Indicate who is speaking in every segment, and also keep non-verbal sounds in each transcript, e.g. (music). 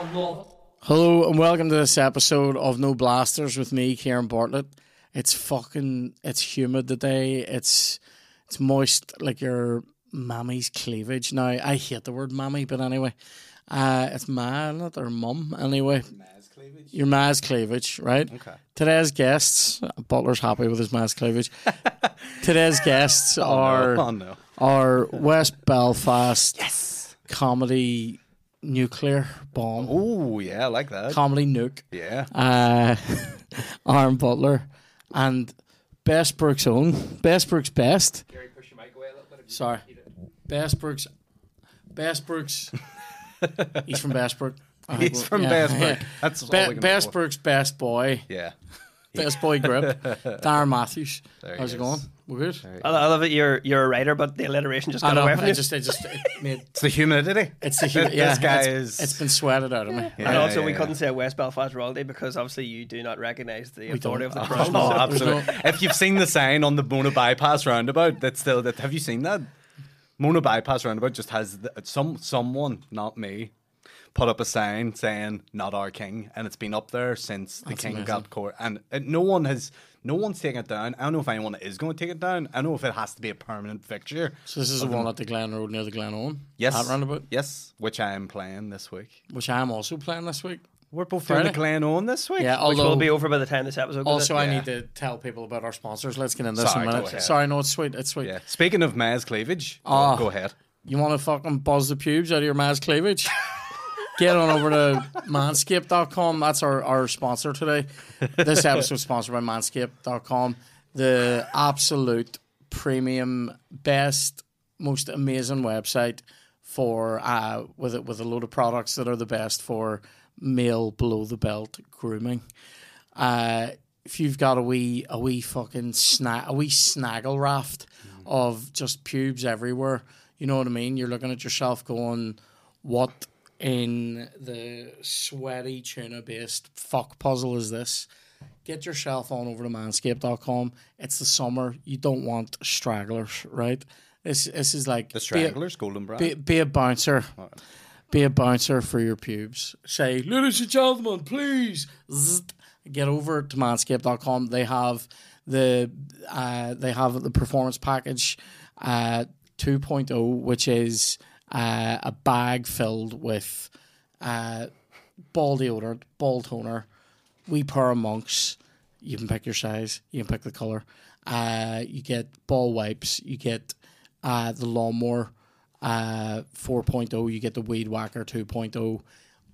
Speaker 1: Hello and welcome to this episode of No Blasters with me, Kieran Bartlett. It's fucking it's humid today. It's it's moist like your mammy's cleavage. Now I hate the word mammy, but anyway. Uh it's ma, not or mum anyway. Your ma's cleavage, right? Okay. Today's guests Butler's happy with his ma's
Speaker 2: (laughs)
Speaker 1: cleavage. Today's guests are
Speaker 2: Oh no.
Speaker 1: our West Belfast comedy nuclear bomb,
Speaker 2: Oh yeah, I like that.
Speaker 1: comedy nuke,
Speaker 2: Yeah.
Speaker 1: uh, (laughs) Aaron Butler, and Best Brooks' own, Best Brooks' best. Sorry, Best Brooks, Best
Speaker 2: (laughs)
Speaker 1: Brooks. He's from Best Brook. I think
Speaker 2: He's
Speaker 1: we're-
Speaker 2: from
Speaker 1: yeah,
Speaker 2: Bass Brook.
Speaker 1: (laughs) yeah.
Speaker 2: That's all
Speaker 1: Be-
Speaker 2: we can
Speaker 1: Best
Speaker 2: afford.
Speaker 1: Brooks' best boy,
Speaker 2: Yeah.
Speaker 1: best boy
Speaker 2: (laughs)
Speaker 1: grip, Darren Matthews.
Speaker 2: There he
Speaker 1: How's it
Speaker 2: is.
Speaker 1: going? We're good.
Speaker 3: I, I love it. You're you're a writer, but the alliteration just
Speaker 1: I
Speaker 3: got
Speaker 1: know.
Speaker 3: away from
Speaker 1: I
Speaker 3: you.
Speaker 1: just, I just, it made
Speaker 2: It's the humidity. (laughs)
Speaker 1: It's the
Speaker 2: This-
Speaker 1: human. Yeah,
Speaker 2: This guy
Speaker 1: it's-
Speaker 2: is.
Speaker 1: It's been sweated out of me.
Speaker 2: Yeah.
Speaker 3: and also, we
Speaker 2: yeah.
Speaker 3: couldn't say West Belfast royalty because obviously you do not recognise the authority of
Speaker 1: don't.
Speaker 3: the
Speaker 1: Oh, (laughs)
Speaker 2: (laughs)
Speaker 3: crown.
Speaker 2: Oh,
Speaker 1: no.
Speaker 2: absolutely. if you've seen the sign on the Mona Bypass roundabout, that's still that. Have you seen that? Mona Bypass roundabout just has the, some someone, not me, put up a sign saying "Not our king," and it's been up there since the king got court, and it, no one has, no one's taken it down. I don't know if anyone is going to take it down. I don't know if it has to be a permanent fixture.
Speaker 1: So this is the one at the Glen Road near the Glen Owen.
Speaker 2: Yes,
Speaker 1: That roundabout,
Speaker 2: Yes, which I am playing this week.
Speaker 1: which I am also playing this week.
Speaker 2: We're both doing the
Speaker 1: Friday?
Speaker 2: Glen on this week.
Speaker 1: Yeah.
Speaker 3: Which will
Speaker 1: Although,
Speaker 3: be over by the time this episode goes
Speaker 1: also,
Speaker 3: out.
Speaker 1: I
Speaker 2: yeah.
Speaker 1: need to tell people about our sponsors. Let's get into this
Speaker 2: Sorry,
Speaker 1: in a
Speaker 2: go
Speaker 1: minute.
Speaker 2: ahead.
Speaker 1: Sorry, no, it's sweet. It's sweet.
Speaker 2: Yeah. Speaking of Maz cleavage,
Speaker 1: Oh.
Speaker 2: go ahead.
Speaker 1: You want to fucking buzz the pubes out of your man's cleavage?
Speaker 2: (laughs)
Speaker 1: Get on over to manscaped.com. That's our, our sponsor today. This episode is sponsored by manscaped.com, the absolute premium, best, most amazing website for uh, with a, with a load of products that are the best for male below the belt grooming. Uh, if you've got a wee a wee fucking snag a wee snaggle raft of just pubes everywhere, you know what I mean. You're looking at yourself going, "What in the sweaty tuna based fuck puzzle is this?" Get yourself on over to manscaped.com. It's the summer. You don't want stragglers, right? This this is like
Speaker 2: The Stranglers, Golden Brown.
Speaker 1: be, be a bouncer. Be a bouncer for your pubes. Say, ladies and gentlemen, please zzzt, get over to manscaped.com. They have the uh, they have the performance package uh, 2.0, which is uh, a bag filled with uh, ball deodorant, ball toner, we pair of monks. You can pick your size. You can pick the color. Uh, you get ball wipes. You get uh, the lawnmower uh, 4.0. You get the weed whacker 2.0.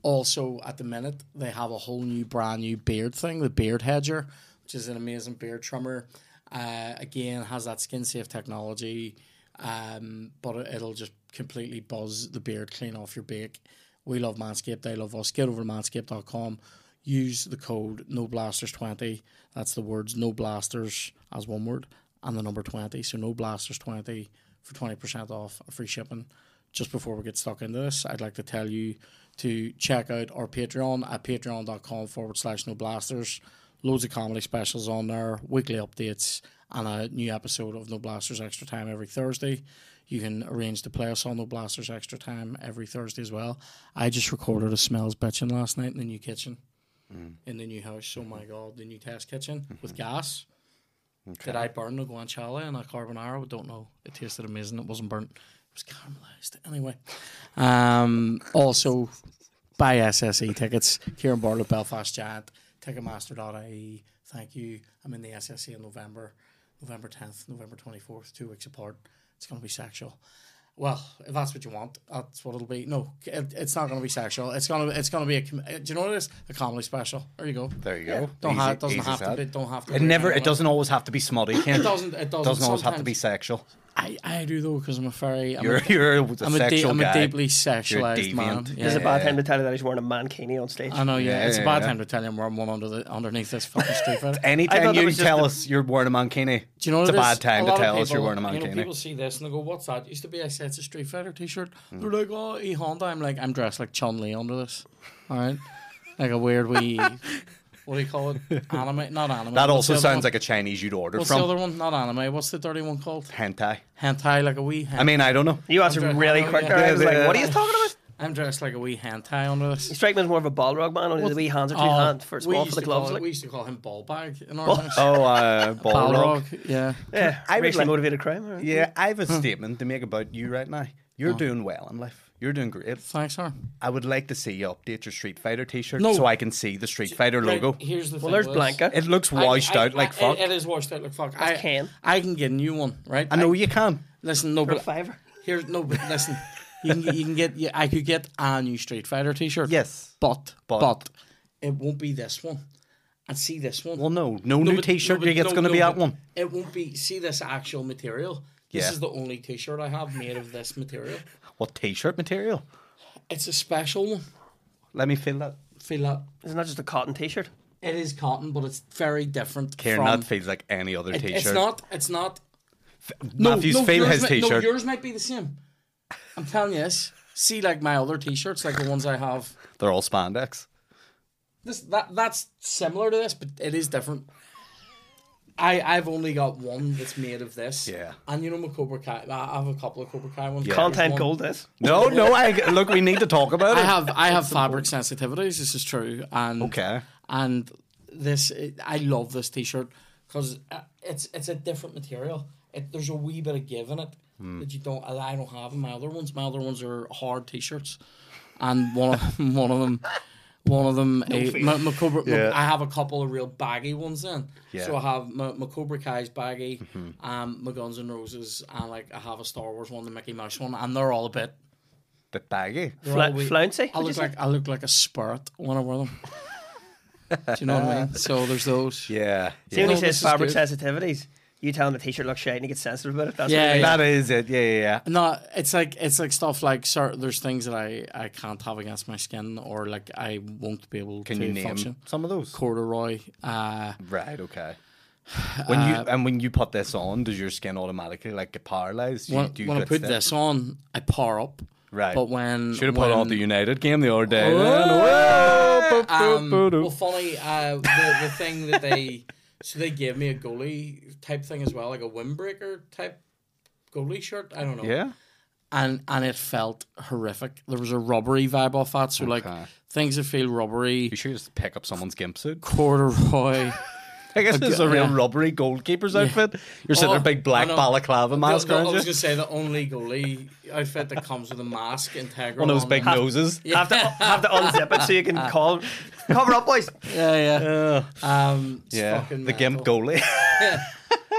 Speaker 1: Also, at the minute, they have a whole new brand new beard thing, the beard hedger, which is an amazing beard trimmer. Uh, again, has that skin safe technology, um, but it- it'll just completely buzz the beard clean off your back. We love Manscaped. They love us. Get over to manscaped.com use the code NoBlasters20. That's the words NoBlasters as one word and the number 20. So NoBlasters20 for 20% off and free shipping. Just before we get stuck into this, I'd like to tell you to check out our Patreon at patreon.com forward slash NoBlasters. Loads of comedy specials on there, weekly updates, and a new episode of No Blasters Extra Time every Thursday. You can arrange to play us on No Blasters Extra Time every Thursday as well. I just recorded a smells bitching last night in the new kitchen in the new house. Oh my god, the new test kitchen with gas. Did I burn the guanciale and a carbonara? I don't know. It tasted amazing. It wasn't burnt. It was caramelized. Anyway, um, also buy SSE tickets. Kieran Bartlett, Belfast Giant, Ticketmaster.ie. E. Thank you. I'm in the SSE in November, November 10th, November 24th, two weeks apart. It's going to be sexual. Well, if that's what you want, that's what it'll be. No, it, it's not going to be sexual. It's going to it's going to be a. com- uh, Do you know what it is? A comedy special. There you go.
Speaker 2: There you go.
Speaker 1: Don't have,
Speaker 2: Easy-
Speaker 1: doesn't
Speaker 2: easy
Speaker 1: have to.
Speaker 2: sad.
Speaker 1: Be, don't have to.
Speaker 2: It
Speaker 1: be
Speaker 2: never.
Speaker 1: anything.
Speaker 2: It doesn't always have to be smutty. Ken.
Speaker 1: It doesn't. It doesn't.
Speaker 2: Doesn't always have to be
Speaker 1: sometimes.
Speaker 2: sexual.
Speaker 1: I, I do though because I'm a very. I'm
Speaker 2: You're (laughs)
Speaker 1: a,
Speaker 2: you're a
Speaker 1: I'm a, de-
Speaker 2: sexual
Speaker 1: I'm
Speaker 2: guy.
Speaker 1: a deeply sexualized
Speaker 2: deviant.
Speaker 1: man.
Speaker 2: There's
Speaker 3: It's
Speaker 1: Yeah.
Speaker 3: a bad time to tell you that he's wearing a mankini on stage.
Speaker 1: I know. Yeah,
Speaker 2: Yeah,
Speaker 1: it's a
Speaker 2: yeah,
Speaker 1: bad
Speaker 2: yeah.
Speaker 1: time to tell him I'm one under the underneath this
Speaker 2: (laughs)
Speaker 1: fucking street. fighter.
Speaker 3: I
Speaker 2: Anytime
Speaker 3: thought that
Speaker 2: you
Speaker 3: was just
Speaker 2: tell
Speaker 3: the-
Speaker 2: us you're wearing a mankini,
Speaker 1: Do you know
Speaker 2: it's
Speaker 1: what
Speaker 2: a
Speaker 1: it
Speaker 2: bad
Speaker 1: is?
Speaker 2: time to
Speaker 1: lot of
Speaker 2: tell us you're
Speaker 1: people-
Speaker 2: wearing a
Speaker 1: You know,
Speaker 2: mankini.
Speaker 1: people see this and they go, "What's that?" It used to be I said it's a Street Fighter T-shirt.
Speaker 2: Mm.
Speaker 1: They're like, "Oh,
Speaker 2: (laughs)
Speaker 1: E Honda." I'm like, I'm dressed like Chun Li under this. All right, like a weird wee what do you call it? Anime? Not anime.
Speaker 2: That also sounds like a Chinese you'd order
Speaker 1: What's the
Speaker 2: from.
Speaker 1: other one? Not anime. What's the dirty one called?
Speaker 2: Hentai.
Speaker 1: Hentai, like a wee. Hen-
Speaker 2: I mean, I
Speaker 1: (laughs)
Speaker 2: don't know.
Speaker 3: You answered
Speaker 1: I'm
Speaker 3: really
Speaker 1: dra-
Speaker 3: quick
Speaker 1: yeah.
Speaker 3: there. I
Speaker 2: Yeah,
Speaker 3: was like,
Speaker 2: yeah.
Speaker 3: what are you talking about?
Speaker 1: I'm dressed like a wee hentai under
Speaker 3: You
Speaker 1: this.
Speaker 3: strike me as more of a Balrog man, only the wee hands are two
Speaker 1: Oh,
Speaker 3: hands for
Speaker 1: we
Speaker 3: small
Speaker 1: used
Speaker 3: for the
Speaker 1: to call
Speaker 3: gloves.
Speaker 1: it-
Speaker 3: Like,
Speaker 1: we used to call him ball bag in our house.
Speaker 2: Oh, uh, Balrog.
Speaker 1: Balrog, yeah.
Speaker 3: yeah,
Speaker 2: I would
Speaker 3: racially
Speaker 2: like-
Speaker 3: motivated crime. Right?
Speaker 2: Yeah, I have a statement to make about you right now. You're doing well in life. You're doing great.
Speaker 1: Thanks, sir.
Speaker 2: I would like to see you update your Street Fighter T-shirt
Speaker 1: No.
Speaker 2: so I can see the Street Fighter
Speaker 1: Right,
Speaker 2: logo.
Speaker 1: here's the
Speaker 3: Well,
Speaker 1: thing
Speaker 3: there's
Speaker 1: with-
Speaker 3: Blanca.
Speaker 2: It looks
Speaker 1: I-
Speaker 2: washed
Speaker 1: I-
Speaker 2: out like
Speaker 1: I-
Speaker 2: fuck.
Speaker 1: It is washed out like fuck. I
Speaker 3: can.
Speaker 1: I can get a new one, right?
Speaker 2: I know you can.
Speaker 1: listen, no,
Speaker 3: For a
Speaker 1: but
Speaker 3: fiver.
Speaker 1: here's no, but listen. You can, get- you can get. Yeah, I could get a new Street Fighter T-shirt.
Speaker 2: Yes.
Speaker 1: but
Speaker 2: But.
Speaker 1: but, it won't be this one. And see this one.
Speaker 2: Well, no, no, new
Speaker 1: but-
Speaker 2: T-shirt.
Speaker 1: no,
Speaker 2: you
Speaker 1: but-
Speaker 2: get's
Speaker 1: no,
Speaker 2: going to
Speaker 1: no,
Speaker 2: be that
Speaker 1: but
Speaker 2: one.
Speaker 1: It won't be. See this actual material. This
Speaker 2: Yeah.
Speaker 1: is the only T-shirt I have made of this material.
Speaker 2: What T-shirt material?
Speaker 1: It's a special one.
Speaker 2: Let me feel that.
Speaker 1: Feel that
Speaker 3: It's not just a cotton t shirt.
Speaker 1: it is cotton, but it's very different
Speaker 2: Karen,
Speaker 1: from.
Speaker 2: that feels like any other
Speaker 1: it-
Speaker 2: T-shirt.
Speaker 1: it's not. It's not.
Speaker 2: Matthews, feel
Speaker 1: yours
Speaker 2: his
Speaker 1: might-
Speaker 2: T-shirt.
Speaker 1: No, yours might be the same. I'm telling you this. See, like my other T-shirts, like the ones I have.
Speaker 2: They're all spandex.
Speaker 1: This that that's similar to this, but it is different. I I've only got one that's made of this.
Speaker 2: Yeah.
Speaker 1: And you know my Cobra Kai. I have a couple of Cobra Kai ones. There's
Speaker 3: Content
Speaker 1: one-
Speaker 3: gold is.
Speaker 2: No, no. I look. We need to talk about
Speaker 1: I
Speaker 2: it.
Speaker 1: have I have fabric sensitivities. This is true. And
Speaker 2: Okay.
Speaker 1: And this I love this T-shirt because it's it's a different material. It, there's a wee bit of give in it
Speaker 2: Hmm.
Speaker 1: that you don't. I don't have in my other ones. My other ones are hard T-shirts, and one of (laughs) one of them. One of them, eh, my, my Cobra, my-
Speaker 2: Yeah.
Speaker 1: I have a couple of real baggy ones then.
Speaker 2: Yeah. Hmm.
Speaker 1: So I have my, my Cobra Kai's
Speaker 2: (laughs)
Speaker 1: baggy, um, my Guns N' Roses, and like I have a Star Wars one, the Mickey Mouse one, and they're all a bit
Speaker 2: Bit baggy.
Speaker 1: they're all
Speaker 3: Fla-
Speaker 1: a wee-
Speaker 3: flouncy.
Speaker 1: I
Speaker 3: would you
Speaker 1: look
Speaker 3: say?
Speaker 1: like I look like a spirit when I wear
Speaker 2: (laughs)
Speaker 1: them. Do you know what I mean? So there's those.
Speaker 2: Yeah.
Speaker 3: See when
Speaker 1: No,
Speaker 3: he
Speaker 1: this
Speaker 3: says
Speaker 1: is
Speaker 3: fabric
Speaker 1: good.
Speaker 3: sensitivities, you tell him the t-shirt looks shiny and he gets sensitive about it. That's
Speaker 1: Yeah,
Speaker 3: what
Speaker 1: yeah.
Speaker 2: That is it. Yeah, yeah, yeah.
Speaker 1: No, it's like it's like stuff like sir, there's things that I I can't have against my skin or like I won't be able
Speaker 2: Can
Speaker 1: to
Speaker 2: you name
Speaker 1: function.
Speaker 2: some of those?
Speaker 1: Corduroy. Uh,
Speaker 2: Right. Okay. When you
Speaker 1: Um,
Speaker 2: and when you put this on, does your skin automatically like get paralyzed? You,
Speaker 1: when
Speaker 2: do you
Speaker 1: when I
Speaker 2: get
Speaker 1: put
Speaker 2: stiff?
Speaker 1: this on, I power up.
Speaker 2: Right.
Speaker 1: But when
Speaker 2: should have put on
Speaker 1: when-
Speaker 2: the United game the other day.
Speaker 1: Oh, Um, well,
Speaker 2: Well,
Speaker 1: funny, uh, the, the thing that they so they gave me a goalie type thing as well, like a windbreaker type goalie shirt. I don't know.
Speaker 2: yeah.
Speaker 1: and and it felt horrific. There was a rubbery vibe off that, so
Speaker 2: Okay.
Speaker 1: like things that feel rubbery,
Speaker 2: You should just pick up someone's gimp suit. (laughs)
Speaker 1: corduroy.
Speaker 2: I guess it's a real
Speaker 1: yeah.
Speaker 2: rubbery goalkeeper's outfit. You're sitting
Speaker 1: Oh,
Speaker 2: there, big black
Speaker 1: I know.
Speaker 2: balaclava
Speaker 1: I
Speaker 2: mask,
Speaker 1: was
Speaker 2: aren't
Speaker 1: going
Speaker 2: you?
Speaker 1: to say the only goalie outfit that comes with a mask integral.
Speaker 2: One of those
Speaker 1: on
Speaker 2: big
Speaker 1: it.
Speaker 2: noses.
Speaker 1: Yeah. Ah.
Speaker 3: have to have to unzip it so you
Speaker 1: (laughs)
Speaker 3: can call cover up, boys.
Speaker 1: yeah, yeah.
Speaker 2: Ugh.
Speaker 1: Um, it's
Speaker 2: yeah,
Speaker 1: fucking
Speaker 2: the gimp
Speaker 1: mental.
Speaker 2: goalie. (laughs)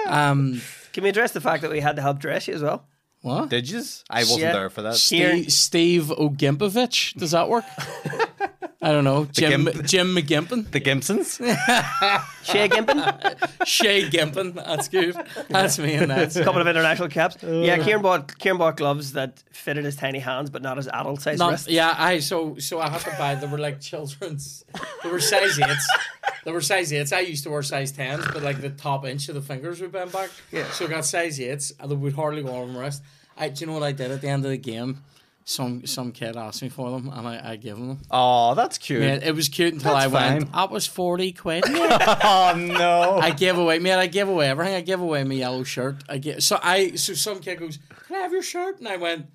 Speaker 1: Um,
Speaker 3: Can we address the fact that we had to help dress you as well?
Speaker 1: what?
Speaker 2: Did you? I wasn't
Speaker 3: Yeah.
Speaker 2: there for that.
Speaker 1: Steve, Steve Ogimpovich? Does that work? I don't
Speaker 2: (laughs)
Speaker 1: know. Jim
Speaker 2: Gimp.
Speaker 1: Jim McGimpin,
Speaker 2: (laughs)
Speaker 1: (laughs)
Speaker 2: The Gimpsons?
Speaker 3: Shea Gimpin,
Speaker 1: Shay Gimpin. That's
Speaker 2: (laughs)
Speaker 1: good. That's me and that's.
Speaker 3: a couple of international caps.
Speaker 1: Uh.
Speaker 3: Yeah, Kieran bought Kieran bought gloves that fitted his tiny hands, but not his adult size
Speaker 1: Not-
Speaker 3: wrist.
Speaker 1: yeah, I so so I had to buy. They were like children's. They were size eights. They were size eights. I used to wear size tens, but like the top inch of the fingers would bend back. Yeah. So I got size eights, and they would hardly go on my wrist. I, do you know what I did at the end of the game? Some some kid asked me for them, and I, I gave him them.
Speaker 2: Oh, that's cute.
Speaker 1: Mate, it was cute until
Speaker 2: That's
Speaker 1: I
Speaker 2: fine.
Speaker 1: went. That was forty quid.
Speaker 2: Oh no.
Speaker 1: I gave away, man. I gave away everything. I gave away my yellow shirt. I get so I so some kid goes, "Can I have your shirt?" And I went,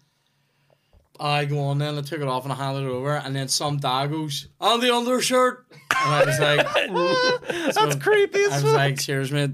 Speaker 1: "I go on." Then I took it off and I handed it over. And then some dad goes, "On the undershirt," and I was like,
Speaker 2: that's creepy
Speaker 1: "I was
Speaker 2: as fuck.
Speaker 1: like, cheers, mate."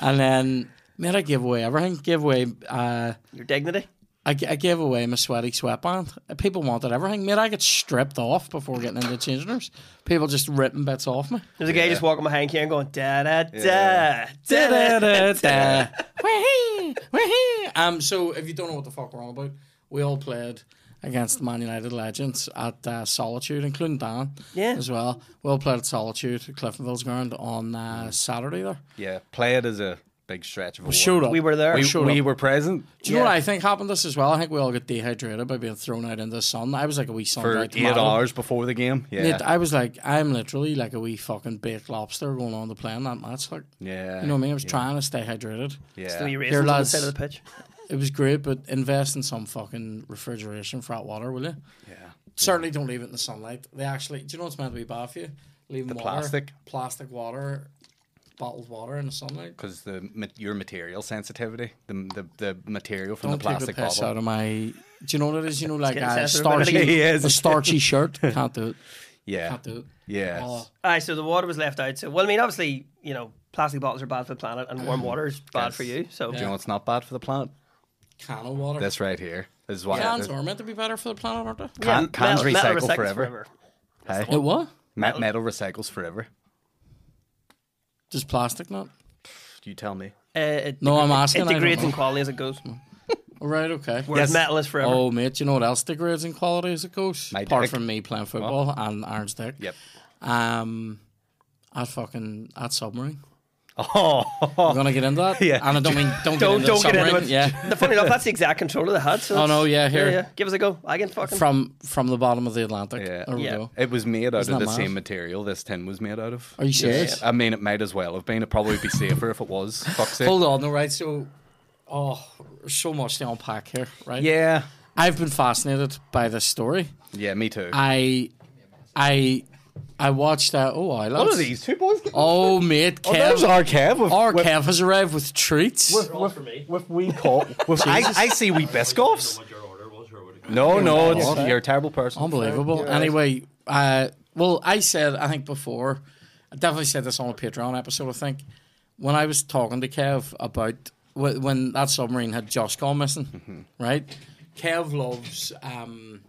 Speaker 1: And then, man, I give away everything. Give away, uh,
Speaker 3: Your dignity.
Speaker 1: I, g- I gave away my sweaty sweatband. People wanted everything, mate. I get stripped off before getting into the changing rooms. People just ripping bits off me.
Speaker 3: There's a guy just walking behind Kieran going da da da
Speaker 2: Yeah.
Speaker 3: da da da.
Speaker 1: Da-da-da-da. Uh, Wee-hee, wee-hee. Um, so if you don't know what the fuck we're on about, we all played against the Man United Legends at uh, Solitude, including Dan
Speaker 3: Yeah.
Speaker 1: as well. We all played at Solitude, Cliftonville's ground on uh, Saturday there.
Speaker 2: Yeah, play it as a big stretch of a
Speaker 1: Showed
Speaker 2: word.
Speaker 1: up.
Speaker 3: We were there.
Speaker 2: We,
Speaker 1: showed
Speaker 2: we
Speaker 1: up.
Speaker 2: were present
Speaker 1: Do you know what
Speaker 3: yeah.
Speaker 1: I think happened to us as well? I think we all got dehydrated by being thrown out into the sun. I was like a wee sun
Speaker 2: for eight hours before the game. Yeah,
Speaker 1: I was like, I'm literally like a wee fucking baked lobster going on the plane that match. Like,
Speaker 2: yeah.
Speaker 1: you know what I mean? I was trying to stay hydrated.
Speaker 3: So
Speaker 2: Yeah,
Speaker 3: he raised
Speaker 1: Here,
Speaker 3: on the
Speaker 1: lads.
Speaker 3: side of the pitch.
Speaker 1: It was great, but invest in some fucking refrigeration for hot water, will you?
Speaker 2: yeah.
Speaker 1: Certainly don't leave it in the sunlight. They actually, do you know what's meant to be bad for you? leaving
Speaker 2: The
Speaker 1: water,
Speaker 2: plastic.
Speaker 1: plastic water, bottled water in the sunlight.
Speaker 2: because the ma- your material sensitivity, the the, the material from
Speaker 1: Don't
Speaker 2: the
Speaker 1: take the
Speaker 2: plastic
Speaker 1: piss
Speaker 2: bottle.
Speaker 1: out of my. Do you know what it is? You know,
Speaker 2: (laughs)
Speaker 1: like
Speaker 3: getting
Speaker 1: a
Speaker 3: sensitive about it
Speaker 1: starchy,
Speaker 2: again. He is.
Speaker 1: a starchy
Speaker 2: (laughs)
Speaker 1: shirt. Can't do it.
Speaker 2: yeah,
Speaker 1: Can't do it.
Speaker 2: Yes.
Speaker 1: Oh,
Speaker 3: Aye, so the water was left out. So, well, I mean, obviously, you know, plastic bottles are bad for the planet, and
Speaker 2: Mm.
Speaker 3: warm water is bad for you. So,
Speaker 2: Do you know what's not bad for the planet?
Speaker 1: can of water.
Speaker 2: This right here. This is why
Speaker 1: Cans
Speaker 2: this-
Speaker 1: are meant to be better for the planet, aren't they?
Speaker 2: can,
Speaker 3: Yeah,
Speaker 2: cans
Speaker 3: metal- metal
Speaker 2: recycle
Speaker 3: recycles
Speaker 2: forever. Hey,
Speaker 1: It what?
Speaker 2: metal. metal recycles forever.
Speaker 1: Just plastic, not.
Speaker 2: You tell me.
Speaker 3: Uh, it,
Speaker 1: No, I'm
Speaker 2: (laughs)
Speaker 3: it
Speaker 1: asking. I don't
Speaker 3: degrades
Speaker 1: know.
Speaker 3: in quality as it goes.
Speaker 1: Right. Okay.
Speaker 3: Whereas
Speaker 2: Yes.
Speaker 3: metal is forever.
Speaker 1: Oh, mate, you know what else degrades in quality as it goes?
Speaker 2: My
Speaker 1: Apart
Speaker 2: dick.
Speaker 1: from me playing football and Aaron's dick.
Speaker 2: Yep.
Speaker 1: Um, I'd fucking I'd submarine.
Speaker 2: Oh,
Speaker 1: We're gonna get into that. yeah. And I don't mean don't,
Speaker 3: Don't
Speaker 1: get into
Speaker 3: don't get
Speaker 1: submarine.
Speaker 3: into it.
Speaker 1: Yeah.
Speaker 3: The funny enough, that's the exact controller they had. So
Speaker 1: Oh no,
Speaker 3: it's-
Speaker 1: yeah, here
Speaker 3: Give us a go. I can fucking.
Speaker 1: from from the bottom of the Atlantic.
Speaker 2: Yeah.
Speaker 1: There we
Speaker 3: Yeah.
Speaker 1: go.
Speaker 2: it was made out
Speaker 1: Isn't
Speaker 2: of
Speaker 1: that
Speaker 2: the
Speaker 1: mad?
Speaker 2: same material this tin was made out of.
Speaker 1: Are you serious?
Speaker 2: I mean, it might as well have been. It'd probably be safer if it was. Fuck's sake.
Speaker 1: Hold on, no right. So, oh, so much to unpack here, right?
Speaker 2: Yeah.
Speaker 1: I've been fascinated by this story.
Speaker 2: Yeah, me too.
Speaker 1: I, I, I watched. Uh, oh, I love
Speaker 2: these two boys?
Speaker 1: Oh, mate,
Speaker 2: There's
Speaker 1: Kev.
Speaker 2: our Kev. With,
Speaker 1: our
Speaker 2: with-
Speaker 1: Kev has arrived with treats.
Speaker 2: With, with, with wee
Speaker 1: (laughs)
Speaker 2: call. With, I, I see wee biscoffs. No, no, it's, you're a terrible person.
Speaker 1: Unbelievable. Anyway, uh, well, I said, I think before, I definitely said this on a Patreon episode, I think, when I was talking to Kev about wh- when that submarine had just gone missing,
Speaker 2: Mm-hmm.
Speaker 1: right? Kev loves, um,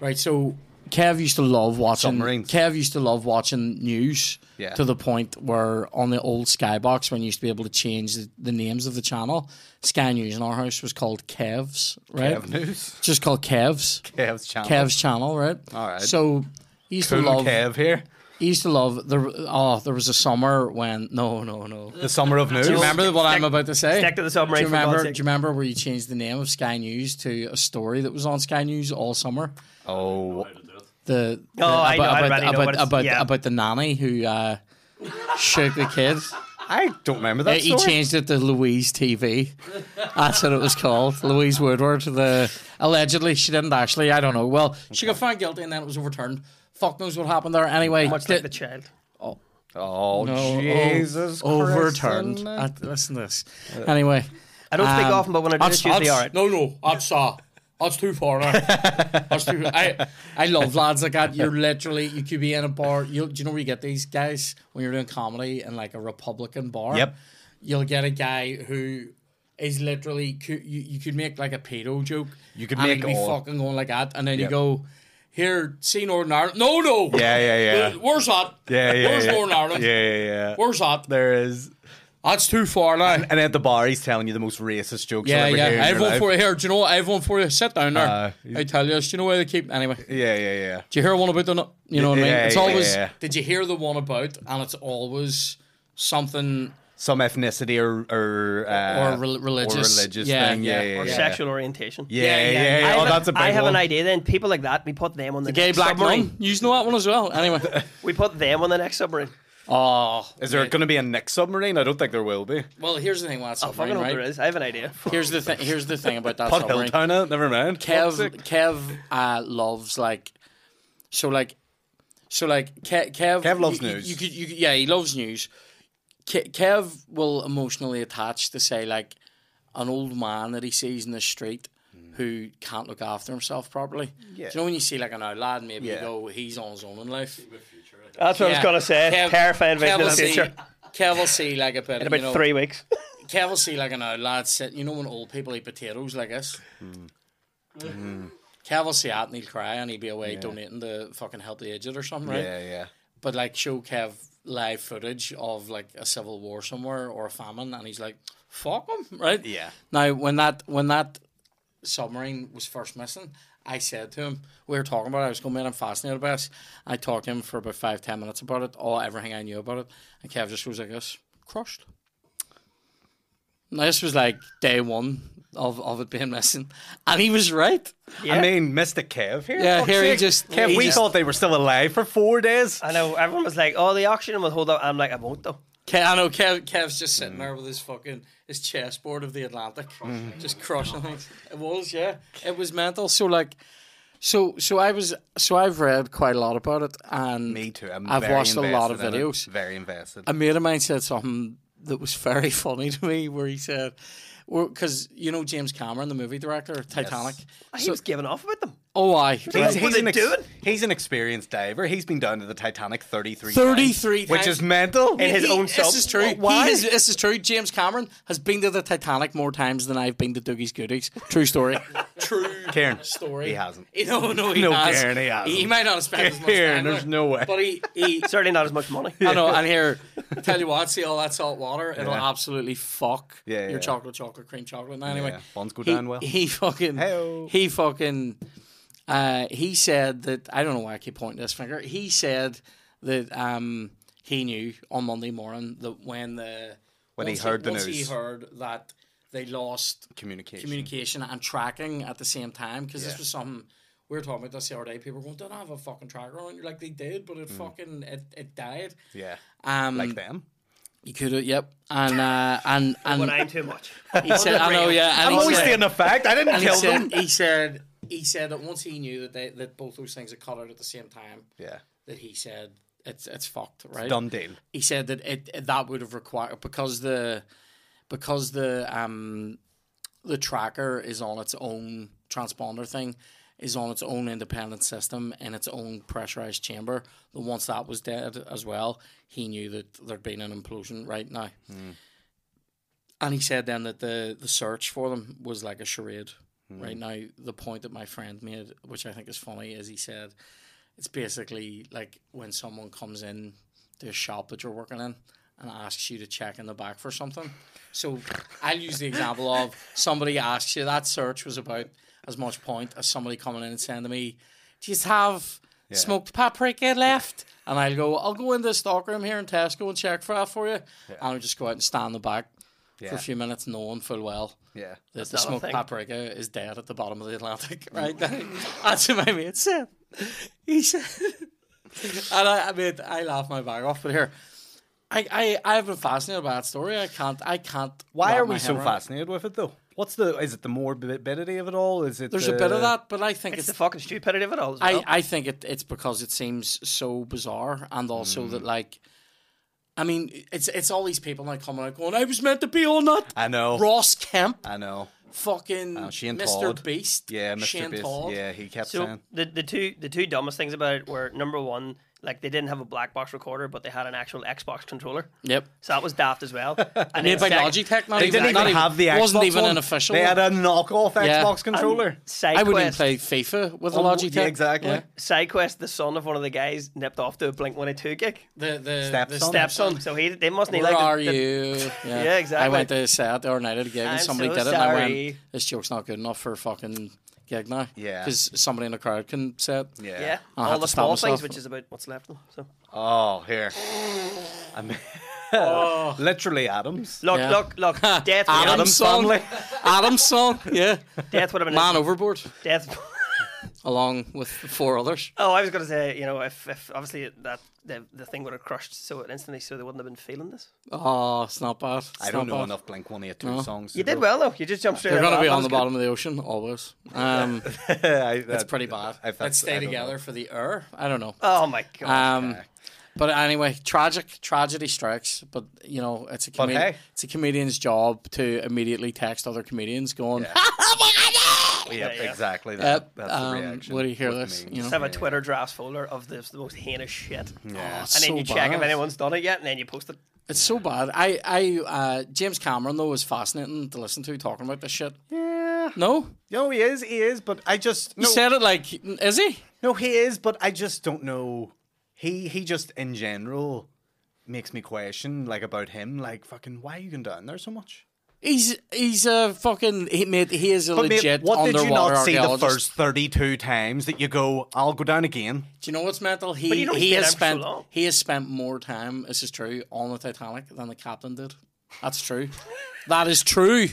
Speaker 1: right, so Kev used to love watching,
Speaker 2: Submarines.
Speaker 1: Kev used to love watching news.
Speaker 2: Yeah.
Speaker 1: To the point where on the old Skybox, when you used to be able to change the, the names of the channel, Sky News in our house was called Kev's, right?
Speaker 2: Kev news.
Speaker 1: Just called Kev's.
Speaker 2: Kev's channel.
Speaker 1: Kev's channel, right?
Speaker 2: All right.
Speaker 1: So he used
Speaker 2: Cool
Speaker 1: to love.
Speaker 2: Kev here.
Speaker 1: He used to love the. Oh, there was a summer when no, no, no.
Speaker 2: The summer of news.
Speaker 1: Do you remember what I'm about to say?
Speaker 3: stick to the submarine
Speaker 1: Do you
Speaker 3: for God's
Speaker 1: remember? Do
Speaker 3: sake.
Speaker 1: you remember where you changed the name of Sky News to a story that was on Sky News all summer?
Speaker 2: Oh,
Speaker 1: The, the-
Speaker 3: Oh, I know, I
Speaker 1: about,
Speaker 3: already know
Speaker 1: about,
Speaker 3: what it's-
Speaker 1: about,
Speaker 3: yeah.
Speaker 1: about the nanny who uh, shook the kids.
Speaker 2: I don't remember
Speaker 1: Uh,
Speaker 2: that
Speaker 1: he
Speaker 2: story.
Speaker 1: changed it to Louise TV. That's what it was called. (laughs) Louise Woodward. The allegedly she didn't actually. I don't know. Well, she got found guilty and then it was overturned. Fuck knows what happened there. Anyway,
Speaker 3: Much like the child.
Speaker 2: Oh,
Speaker 1: oh,
Speaker 2: Jesus
Speaker 1: oh,
Speaker 2: Christ.
Speaker 1: overturned. Uh, listen to this. Anyway,
Speaker 3: I don't speak
Speaker 1: Um,
Speaker 3: often, but when I do, it's usually all right.
Speaker 1: No, no, that's uh, that's too far (laughs) now. That's too. I I love lads like that. You're literally you could be in a bar. You do you know where you get these guys when you're doing comedy in like a Republican bar?
Speaker 2: Yep.
Speaker 1: You'll get a guy who is literally could you, you could make like a pedo joke.
Speaker 2: You could
Speaker 1: and
Speaker 2: make
Speaker 1: it'd be
Speaker 2: all-
Speaker 1: fucking going like that, and then you
Speaker 2: Yep.
Speaker 1: go. Here, see Northern Ireland. No, no. Uh,
Speaker 2: Yeah, yeah, yeah.
Speaker 1: Where's that?
Speaker 2: Yeah, yeah,
Speaker 1: Where's
Speaker 2: yeah.
Speaker 1: Northern Ireland?
Speaker 2: Yeah, yeah, yeah.
Speaker 1: Where's that?
Speaker 2: There is.
Speaker 1: That's too far now.
Speaker 2: And at the bar, he's telling you the most racist jokes
Speaker 1: Yeah,
Speaker 2: you'll
Speaker 1: yeah.
Speaker 2: ever
Speaker 1: I
Speaker 2: hear
Speaker 1: have
Speaker 2: in your
Speaker 1: one
Speaker 2: life.
Speaker 1: for you here. Do you know what? I have one for you. Sit down there.
Speaker 2: Uh,
Speaker 1: I tell you, do you know where they keep. Anyway, do
Speaker 2: Yeah, yeah, yeah.
Speaker 1: you hear one about the. no- You know what I mean?
Speaker 2: Yeah,
Speaker 1: It's always.
Speaker 2: yeah.
Speaker 1: Did you hear the one about? And it's always something.
Speaker 2: Some ethnicity or or, uh,
Speaker 1: Or rel- religious.
Speaker 2: or religious
Speaker 1: Yeah,
Speaker 2: thing. Yeah,
Speaker 1: yeah.
Speaker 2: yeah,
Speaker 3: Or
Speaker 2: yeah.
Speaker 3: sexual orientation.
Speaker 2: Yeah,
Speaker 1: Yeah,
Speaker 2: yeah,
Speaker 1: yeah.
Speaker 2: yeah.
Speaker 3: I
Speaker 2: Oh,
Speaker 3: have, a-
Speaker 2: that's a big
Speaker 3: I have
Speaker 2: one.
Speaker 3: an idea then. People like that, we put them on the,
Speaker 1: Gay
Speaker 3: next
Speaker 1: black
Speaker 3: submarine.
Speaker 1: man. You know that one as well.
Speaker 2: (laughs)
Speaker 1: Anyway.
Speaker 3: We put them on the next submarine.
Speaker 1: oh.
Speaker 2: Is there going to be a next submarine? I don't think there will be.
Speaker 1: Well, here's the thing. Well, that's
Speaker 3: I Oh, fucking
Speaker 1: submarine,
Speaker 3: hope
Speaker 1: right?
Speaker 3: there is. I have
Speaker 1: (laughs)
Speaker 3: an idea.
Speaker 1: Here's the thing. Here's the thing about that
Speaker 2: Put
Speaker 1: submarine.
Speaker 2: Hilltown out. eh? Never mind.
Speaker 1: Kev Kev uh, loves like so like so like Kev Kev,
Speaker 2: Kev loves
Speaker 1: you- you-
Speaker 2: news.
Speaker 1: You, could you, could- yeah, he loves news. Ke- Kev will emotionally attach to say like an old man that he sees in the street
Speaker 3: Mm.
Speaker 1: who can't look after himself properly. Do you know when you see like an old lad, maybe you
Speaker 2: Yeah.
Speaker 1: go, he's on his own in life.
Speaker 3: That's what I was
Speaker 1: Yeah.
Speaker 3: going to say.
Speaker 1: Kev-
Speaker 3: Terrifying vision
Speaker 1: Kev
Speaker 3: of
Speaker 1: will
Speaker 3: the
Speaker 1: see,
Speaker 3: future.
Speaker 1: Kev will see like a bit.
Speaker 3: In about
Speaker 1: you know,
Speaker 3: three weeks.
Speaker 1: Kev will see like an old lad sitting. You know when old people eat potatoes like this. Mm-hmm. Kev will see that and he'll cry and he'll be away donating to fucking help the aged or something, right?
Speaker 2: Yeah, yeah.
Speaker 1: But like show Kev live footage of like a civil war somewhere or a famine and he's like, "Fuck him," right?
Speaker 2: Yeah.
Speaker 1: Now when that when that submarine was first missing, I said to him, we were talking about it, I was going, man, I'm fascinated by this. I talked to him for about five, ten minutes about it, all everything I knew about it. And Kev just was like this, crushed. Now this was like day one of, of it being missing. And he was right.
Speaker 3: Yeah.
Speaker 2: I mean, Mr. Kev here.
Speaker 1: Yeah,
Speaker 2: fuck's
Speaker 1: here he
Speaker 2: sake.
Speaker 1: just-
Speaker 2: Kev,
Speaker 1: he
Speaker 2: we
Speaker 1: just- Uh,
Speaker 2: thought they were still alive for four days.
Speaker 3: I know. Everyone was like, oh, the auction will hold up. I'm like, I won't, though.
Speaker 1: Kev, I know Kev, Kev's just
Speaker 3: Mm.
Speaker 1: sitting there with his fucking his chessboard of the Atlantic, just crushing things. It was, yeah, it was mental. So like, So so I was so I've read quite a lot about it and
Speaker 2: Me too. I'm
Speaker 1: I've
Speaker 2: very
Speaker 1: watched a lot of
Speaker 2: invested in it.
Speaker 1: videos.
Speaker 2: Very invested.
Speaker 1: a mate of mine said something that was very (laughs) funny to me where he said because you know James Cameron, the movie director, of Titanic.
Speaker 3: He was giving off about them.
Speaker 1: Oh, I
Speaker 3: He's- What are
Speaker 2: an
Speaker 3: they doing?
Speaker 2: he's an experienced diver. He's been down to the Titanic 33
Speaker 1: 33
Speaker 2: times, which
Speaker 1: times.
Speaker 2: is mental.
Speaker 3: In his
Speaker 1: He-
Speaker 3: own sub.
Speaker 1: This is true.
Speaker 3: Why?
Speaker 1: He has- this is true. James Cameron has been to the Titanic more times than I've been to Doogie's Goodies. True
Speaker 3: (laughs)
Speaker 1: story. true
Speaker 2: Karen,
Speaker 1: story.
Speaker 2: He hasn't.
Speaker 1: (laughs) No, no, he
Speaker 2: (laughs) No,
Speaker 1: has.
Speaker 2: Karen, he hasn't.
Speaker 1: He might not have spent as much time
Speaker 2: Karen, there's
Speaker 1: there,
Speaker 2: no way.
Speaker 1: But he, he
Speaker 2: (laughs)
Speaker 3: Certainly not as much money. (laughs)
Speaker 1: I know, and here, tell you what, see all that salt water, it'll
Speaker 2: Yeah.
Speaker 1: absolutely fuck
Speaker 2: Yeah, yeah, yeah.
Speaker 1: your chocolate, chocolate, cream chocolate. Now, anyway,
Speaker 2: Yeah, bonds go
Speaker 1: he,
Speaker 2: down well.
Speaker 1: He fucking,
Speaker 2: Heyo.
Speaker 1: he fucking, uh, he said that, I don't know why I keep pointing this finger, he said that um, he knew on Monday morning that when the,
Speaker 2: When he
Speaker 1: once
Speaker 2: heard the
Speaker 1: once
Speaker 2: news.
Speaker 1: he heard that they lost
Speaker 2: Communication.
Speaker 1: communication and tracking at the same time because this
Speaker 2: Yeah.
Speaker 1: was something we were talking about this the other day. People were going, "Don't have a fucking tracker on." You're like, "They did, but it fucking it, it died."
Speaker 2: yeah.
Speaker 1: Um,
Speaker 2: Like them.
Speaker 1: you could, have, yep, and (laughs) uh, and
Speaker 3: But I'm
Speaker 1: and
Speaker 3: too much.
Speaker 1: he said, "I know, yeah." And
Speaker 2: I'm
Speaker 1: he
Speaker 2: always
Speaker 1: said,
Speaker 2: stating a fact. I didn't
Speaker 1: and he
Speaker 2: kill
Speaker 1: said,
Speaker 2: them.
Speaker 1: he said, he said that once he knew that they, that both those things had cut out at the same time,
Speaker 2: Yeah.
Speaker 1: that he said it's it's fucked, right?
Speaker 2: Dumb deal.
Speaker 1: he said that it that would have required because the because the um the tracker is on its own transponder thing is on its own independent system in its own pressurized chamber. That once that was dead as well, he knew that there'd been an implosion right now. And he said then that the the search for them was like a charade. Right now, the point that my friend made, which I think is funny, is he said it's basically like when someone comes in to a shop that you're working in and asks you to check in the back for something. So I'll use the example of somebody asks you that search was about as much point as somebody coming in and saying to me, Do you have smoked paprika left? And I'll go, I'll go into the stockroom here in Tesco and check for that for you. And I'll just go out and stand in the back for
Speaker 2: Yeah.
Speaker 1: a few minutes, knowing full well
Speaker 2: Yeah.
Speaker 1: that the
Speaker 3: not a
Speaker 1: smoked
Speaker 3: thing.
Speaker 1: paprika is dead at the bottom of the
Speaker 2: (laughs)
Speaker 1: Atlantic right (laughs) now. That's what my mate said. He said, (laughs) and I, I mean, I laughed my bag off. But here, I, I, I've been fascinated by that story. I can't, I can't.
Speaker 2: Why
Speaker 1: wrap
Speaker 2: are
Speaker 1: my
Speaker 2: we
Speaker 1: head
Speaker 2: so
Speaker 1: around it.
Speaker 2: fascinated with it though? What's the? Is it the morbidity of it all? Is it?
Speaker 1: There's
Speaker 2: the,
Speaker 1: a bit of that, but I think
Speaker 3: It's
Speaker 1: it's.
Speaker 3: the fucking stupidity of it all as well.
Speaker 1: I, I think it, it's because it seems so bizarre, and also
Speaker 2: Mm.
Speaker 1: that like, I mean, it's it's all these people now coming out going, "I was meant to be on that."
Speaker 2: I know.
Speaker 1: Ross Kemp,
Speaker 2: I know.
Speaker 1: fucking
Speaker 2: Shane
Speaker 1: Mr.
Speaker 2: Todd.
Speaker 1: Beast,
Speaker 2: Yeah, Mr.
Speaker 1: Shane
Speaker 2: Beast.
Speaker 1: Todd.
Speaker 2: Yeah, he kept
Speaker 3: so
Speaker 2: saying.
Speaker 3: the, the two the two dumbest things about it were number one, like they didn't have a black box recorder, but they had an actual Xbox controller.
Speaker 1: Yep.
Speaker 3: So that was daft as (laughs) well. And
Speaker 1: Made
Speaker 3: then
Speaker 1: by
Speaker 3: sec-
Speaker 1: Logitech. Not
Speaker 2: They
Speaker 1: even,
Speaker 2: didn't
Speaker 1: not
Speaker 2: even have the Xbox.
Speaker 1: Wasn't even
Speaker 2: one.
Speaker 1: an official.
Speaker 2: They
Speaker 1: one.
Speaker 2: had a knockoff
Speaker 1: Yeah.
Speaker 2: Xbox controller.
Speaker 3: SideQuest,
Speaker 1: I wouldn't even play FIFA with a
Speaker 2: Oh,
Speaker 1: Logitech.
Speaker 2: yeah, exactly.
Speaker 1: Yeah.
Speaker 3: SideQuest, the son of one of the guys, nipped off to a Blink 182 gig.
Speaker 1: The the
Speaker 2: Stepson.
Speaker 1: The
Speaker 3: Stepson.
Speaker 1: stepson.
Speaker 3: So he they must need
Speaker 1: Oh, Where
Speaker 3: like. the-
Speaker 1: are
Speaker 3: the-
Speaker 1: you?
Speaker 3: Yeah, exactly.
Speaker 1: I went to say it the other night at a gig
Speaker 3: I'm
Speaker 1: and somebody
Speaker 3: so
Speaker 1: did it, and I went,
Speaker 3: sorry.
Speaker 1: "This joke's not good enough for a fucking gig now."
Speaker 2: Yeah.
Speaker 1: because somebody in the crowd can say it.
Speaker 2: Yeah.
Speaker 3: Yeah,
Speaker 1: I'll
Speaker 3: all
Speaker 1: have
Speaker 3: the
Speaker 1: to stop
Speaker 3: small things,
Speaker 1: myself.
Speaker 3: which is about what's left of them. So
Speaker 2: Oh,
Speaker 1: (sighs)
Speaker 2: here. I mean,
Speaker 1: Oh.
Speaker 2: (laughs) literally Adams.
Speaker 3: look,
Speaker 1: Yeah.
Speaker 3: look,
Speaker 1: (laughs)
Speaker 3: look. Death,
Speaker 1: Adam
Speaker 3: Adam.
Speaker 2: Adams
Speaker 1: song.
Speaker 2: (laughs) family.
Speaker 1: Adam's
Speaker 2: (laughs)
Speaker 1: song, yeah,
Speaker 3: death would have been
Speaker 1: man overboard,
Speaker 3: death.
Speaker 1: along with the four others.
Speaker 3: Oh, I was going to say, you know, if, if obviously that the, the thing would have crushed so instantly, so they wouldn't have been feeling this.
Speaker 1: Oh, it's not bad. It's
Speaker 2: I don't
Speaker 1: not
Speaker 2: know
Speaker 1: bad.
Speaker 2: enough Blink 182 songs.
Speaker 3: You did
Speaker 2: (laughs)
Speaker 3: well though. You just jumped straight.
Speaker 1: They're
Speaker 3: going to
Speaker 1: be on the bottom of the ocean always. Um,
Speaker 2: That's
Speaker 1: it's pretty bad.
Speaker 2: I- that's-
Speaker 1: Let's
Speaker 2: I
Speaker 1: stay
Speaker 2: don't
Speaker 1: together
Speaker 2: know.
Speaker 1: for the er. air. I don't know.
Speaker 3: Oh my god.
Speaker 1: Um, but anyway, tragic tragedy strikes. But you know, it's a comed-
Speaker 2: hey.
Speaker 1: it's a comedian's job to immediately text other comedians going,
Speaker 2: Yep,
Speaker 3: Yeah, yeah.
Speaker 2: exactly. That,
Speaker 1: Yep,
Speaker 2: That's
Speaker 1: um,
Speaker 2: the reaction.
Speaker 1: what do you hear
Speaker 2: with
Speaker 1: this,
Speaker 2: me.
Speaker 1: you know?
Speaker 3: just have a Twitter drafts folder of this the most heinous shit.
Speaker 2: Yeah.
Speaker 1: "It's
Speaker 3: And then
Speaker 1: so
Speaker 3: you check if
Speaker 1: bad."
Speaker 3: anyone's done it yet, and then you post it.
Speaker 1: It's so bad. I I uh, James Cameron though was fascinating to listen to talking about this shit.
Speaker 2: Yeah.
Speaker 1: No,
Speaker 2: No, he is. He is. But I just. No,
Speaker 1: he said it like, is he?
Speaker 2: no, he is. But I just don't know. He he just in general makes me question like about him. Like fucking, why are you going down there so much?
Speaker 1: He's he's a fucking he made he is a
Speaker 2: But mate,
Speaker 1: legit
Speaker 2: what did
Speaker 1: underwater
Speaker 2: you not see the
Speaker 1: archaeologist.
Speaker 2: first thirty-two times that you go? I'll go down again.
Speaker 1: Do you know what's mental? He
Speaker 3: you know he's
Speaker 1: he
Speaker 3: been
Speaker 1: has
Speaker 3: out for so
Speaker 1: spent
Speaker 3: long.
Speaker 1: he has spent more time, this is true, on the Titanic than the captain did. That's
Speaker 3: (laughs)
Speaker 1: true. that is true.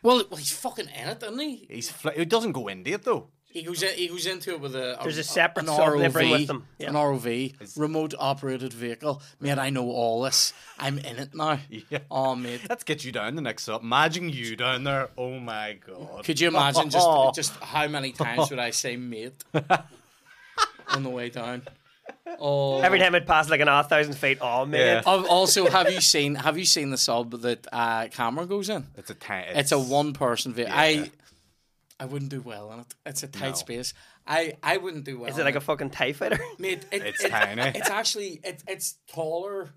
Speaker 1: Well, well, he's fucking in it, isn't he?
Speaker 2: He's fl- he doesn't go into it though.
Speaker 1: He goes in, he goes into it with a,
Speaker 3: There's a separate
Speaker 1: an
Speaker 3: sub they
Speaker 1: ROV,
Speaker 3: bring with them. Yeah.
Speaker 1: an ROV, remote operated vehicle. Mate, I know all this. I'm in it now.
Speaker 2: Yeah.
Speaker 1: Oh, mate.
Speaker 2: Let's get you down the next up. Imagine you down there. Oh my god.
Speaker 1: Could you imagine
Speaker 3: (laughs)
Speaker 1: just just how many times would I say mate on the way down? Oh.
Speaker 3: Every time it passed like an odd thousand feet, oh man.
Speaker 1: I've also, have you seen have you seen the sub that uh, Cameron goes in?
Speaker 2: It's a tight.
Speaker 1: It's a one person vehicle.
Speaker 2: Yeah.
Speaker 1: I I wouldn't do well in it. It's a tight
Speaker 2: No.
Speaker 1: space. I I wouldn't do well.
Speaker 3: Is it like a fucking TIE fighter? (laughs)
Speaker 1: Mate, it,
Speaker 2: It's
Speaker 1: it-
Speaker 2: tiny.
Speaker 1: (laughs) It's actually it, it's taller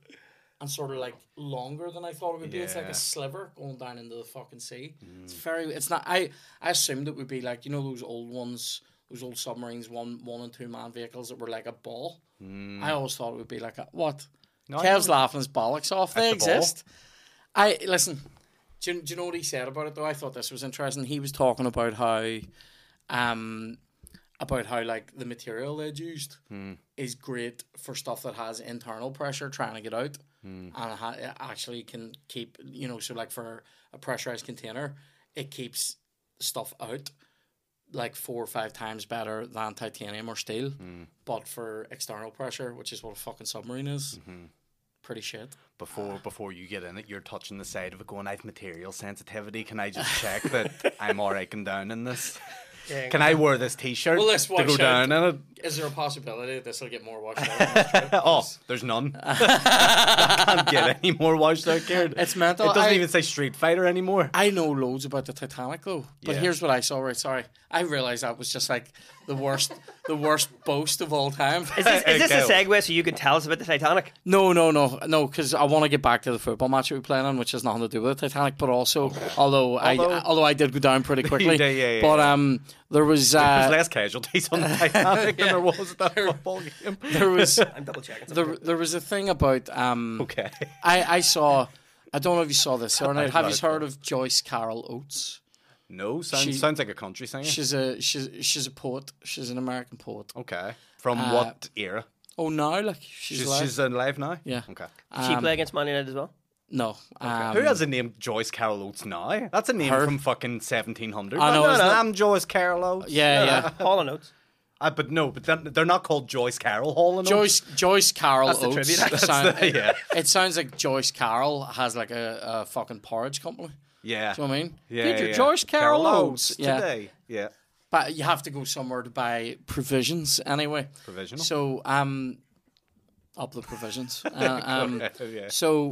Speaker 1: and sort of like longer than I thought it would be. It's like
Speaker 2: Yeah. Mm.
Speaker 1: a sliver going down into the fucking sea. It's very. It's not. I I assumed it would be like you know those old ones, those old submarines, one one and two man vehicles that were like a ball. I always thought it would be like a what.
Speaker 2: Mm. I
Speaker 1: Kev's laughing his bollocks off. They
Speaker 2: the ball.
Speaker 1: exist. I listen. Do you, do you know what he said about it though? I thought this was interesting. He was talking about how, um, about how like the material they'd used is great for stuff that has internal pressure trying to get out, and it, ha- it actually can keep you know. So like for a pressurized container, it keeps stuff out like four or five times better than titanium or steel, but for external pressure, which is what a fucking submarine is, pretty shit. Ah.
Speaker 2: before before you get in it, you're touching the side of it, going, "I've material sensitivity. Can
Speaker 1: (laughs)
Speaker 2: I just check that I'm all right and down in this?
Speaker 3: Yeah.
Speaker 2: Can I wear this T-shirt
Speaker 1: Well, let's
Speaker 2: to
Speaker 1: watch
Speaker 2: go down in it?
Speaker 1: Is there a possibility that this will get more washed (laughs) out?
Speaker 2: Oh,
Speaker 1: (laughs)
Speaker 2: there's none. (laughs) I can't get any more washed out geared.
Speaker 1: It's mental.
Speaker 2: It doesn't
Speaker 1: I-
Speaker 2: even say Street Fighter anymore.
Speaker 1: I know loads about the Titanic though, but
Speaker 2: Yeah.
Speaker 1: here's what I saw. Right, sorry, I realized that was just like the worst, the worst boast of all time.
Speaker 3: Is this, is this a
Speaker 2: Okay.
Speaker 3: segue so you can tell us about the Titanic?
Speaker 1: No, no, no, no, because I want to get back to the football match that we're playing on, which has nothing to do with the Titanic, but also, although, I,
Speaker 2: Although-
Speaker 1: although I did go down
Speaker 2: (laughs)
Speaker 1: pretty quickly,
Speaker 2: Yeah, yeah, yeah,
Speaker 1: but um, there was
Speaker 2: There's
Speaker 1: uh,
Speaker 2: less casualties
Speaker 1: (laughs)
Speaker 2: on the Titanic than there was at that football game.
Speaker 1: there was
Speaker 2: (laughs)
Speaker 3: I'm double checking. something.
Speaker 1: there, there was a thing about um,
Speaker 2: Okay.
Speaker 1: I, I saw. I don't know if you saw this or not. Have you
Speaker 2: thought it
Speaker 1: heard of Joyce Carol Oates?
Speaker 2: No, sounds,
Speaker 1: She-
Speaker 2: sounds like a country singer.
Speaker 1: She's a she's she's a poet. She's an American poet.
Speaker 2: Okay. From what era?
Speaker 1: Oh no, like Uh, she's,
Speaker 2: She's,
Speaker 1: alive.
Speaker 2: she's alive now?
Speaker 1: Yeah.
Speaker 2: Okay.
Speaker 3: Did
Speaker 1: Um,
Speaker 3: she play against Man United as well?
Speaker 1: no. Um,
Speaker 2: Who has the name Joyce Carol Oates now? That's a name
Speaker 1: Her.
Speaker 2: from fucking 1700.
Speaker 1: I know,
Speaker 2: no, no,
Speaker 1: isn't
Speaker 2: no,
Speaker 1: it?
Speaker 2: I'm Joyce Carol Oates.
Speaker 1: yeah, yeah.
Speaker 3: (laughs) Hall of Notes.
Speaker 2: Uh, but no, but then, they're not called Joyce Carol Hall and Oates.
Speaker 1: Joyce Joyce Carol
Speaker 3: the
Speaker 1: Oates.
Speaker 2: (laughs)
Speaker 3: trivia. That's
Speaker 1: sound-
Speaker 2: the-
Speaker 1: (laughs)
Speaker 2: yeah.
Speaker 1: it, it sounds like Joyce Carol has like a, a fucking porridge company.
Speaker 2: Yeah.
Speaker 1: Do you know what I mean?
Speaker 2: Yeah,
Speaker 1: Get your
Speaker 2: yeah.
Speaker 1: Joyce Carol, Oates. Yeah.
Speaker 2: today. Yeah.
Speaker 1: But you have to go somewhere to buy provisions anyway.
Speaker 2: Provisional.
Speaker 1: So um, up the
Speaker 2: (laughs)
Speaker 1: provisions. Uh, um,
Speaker 2: yeah.
Speaker 1: So,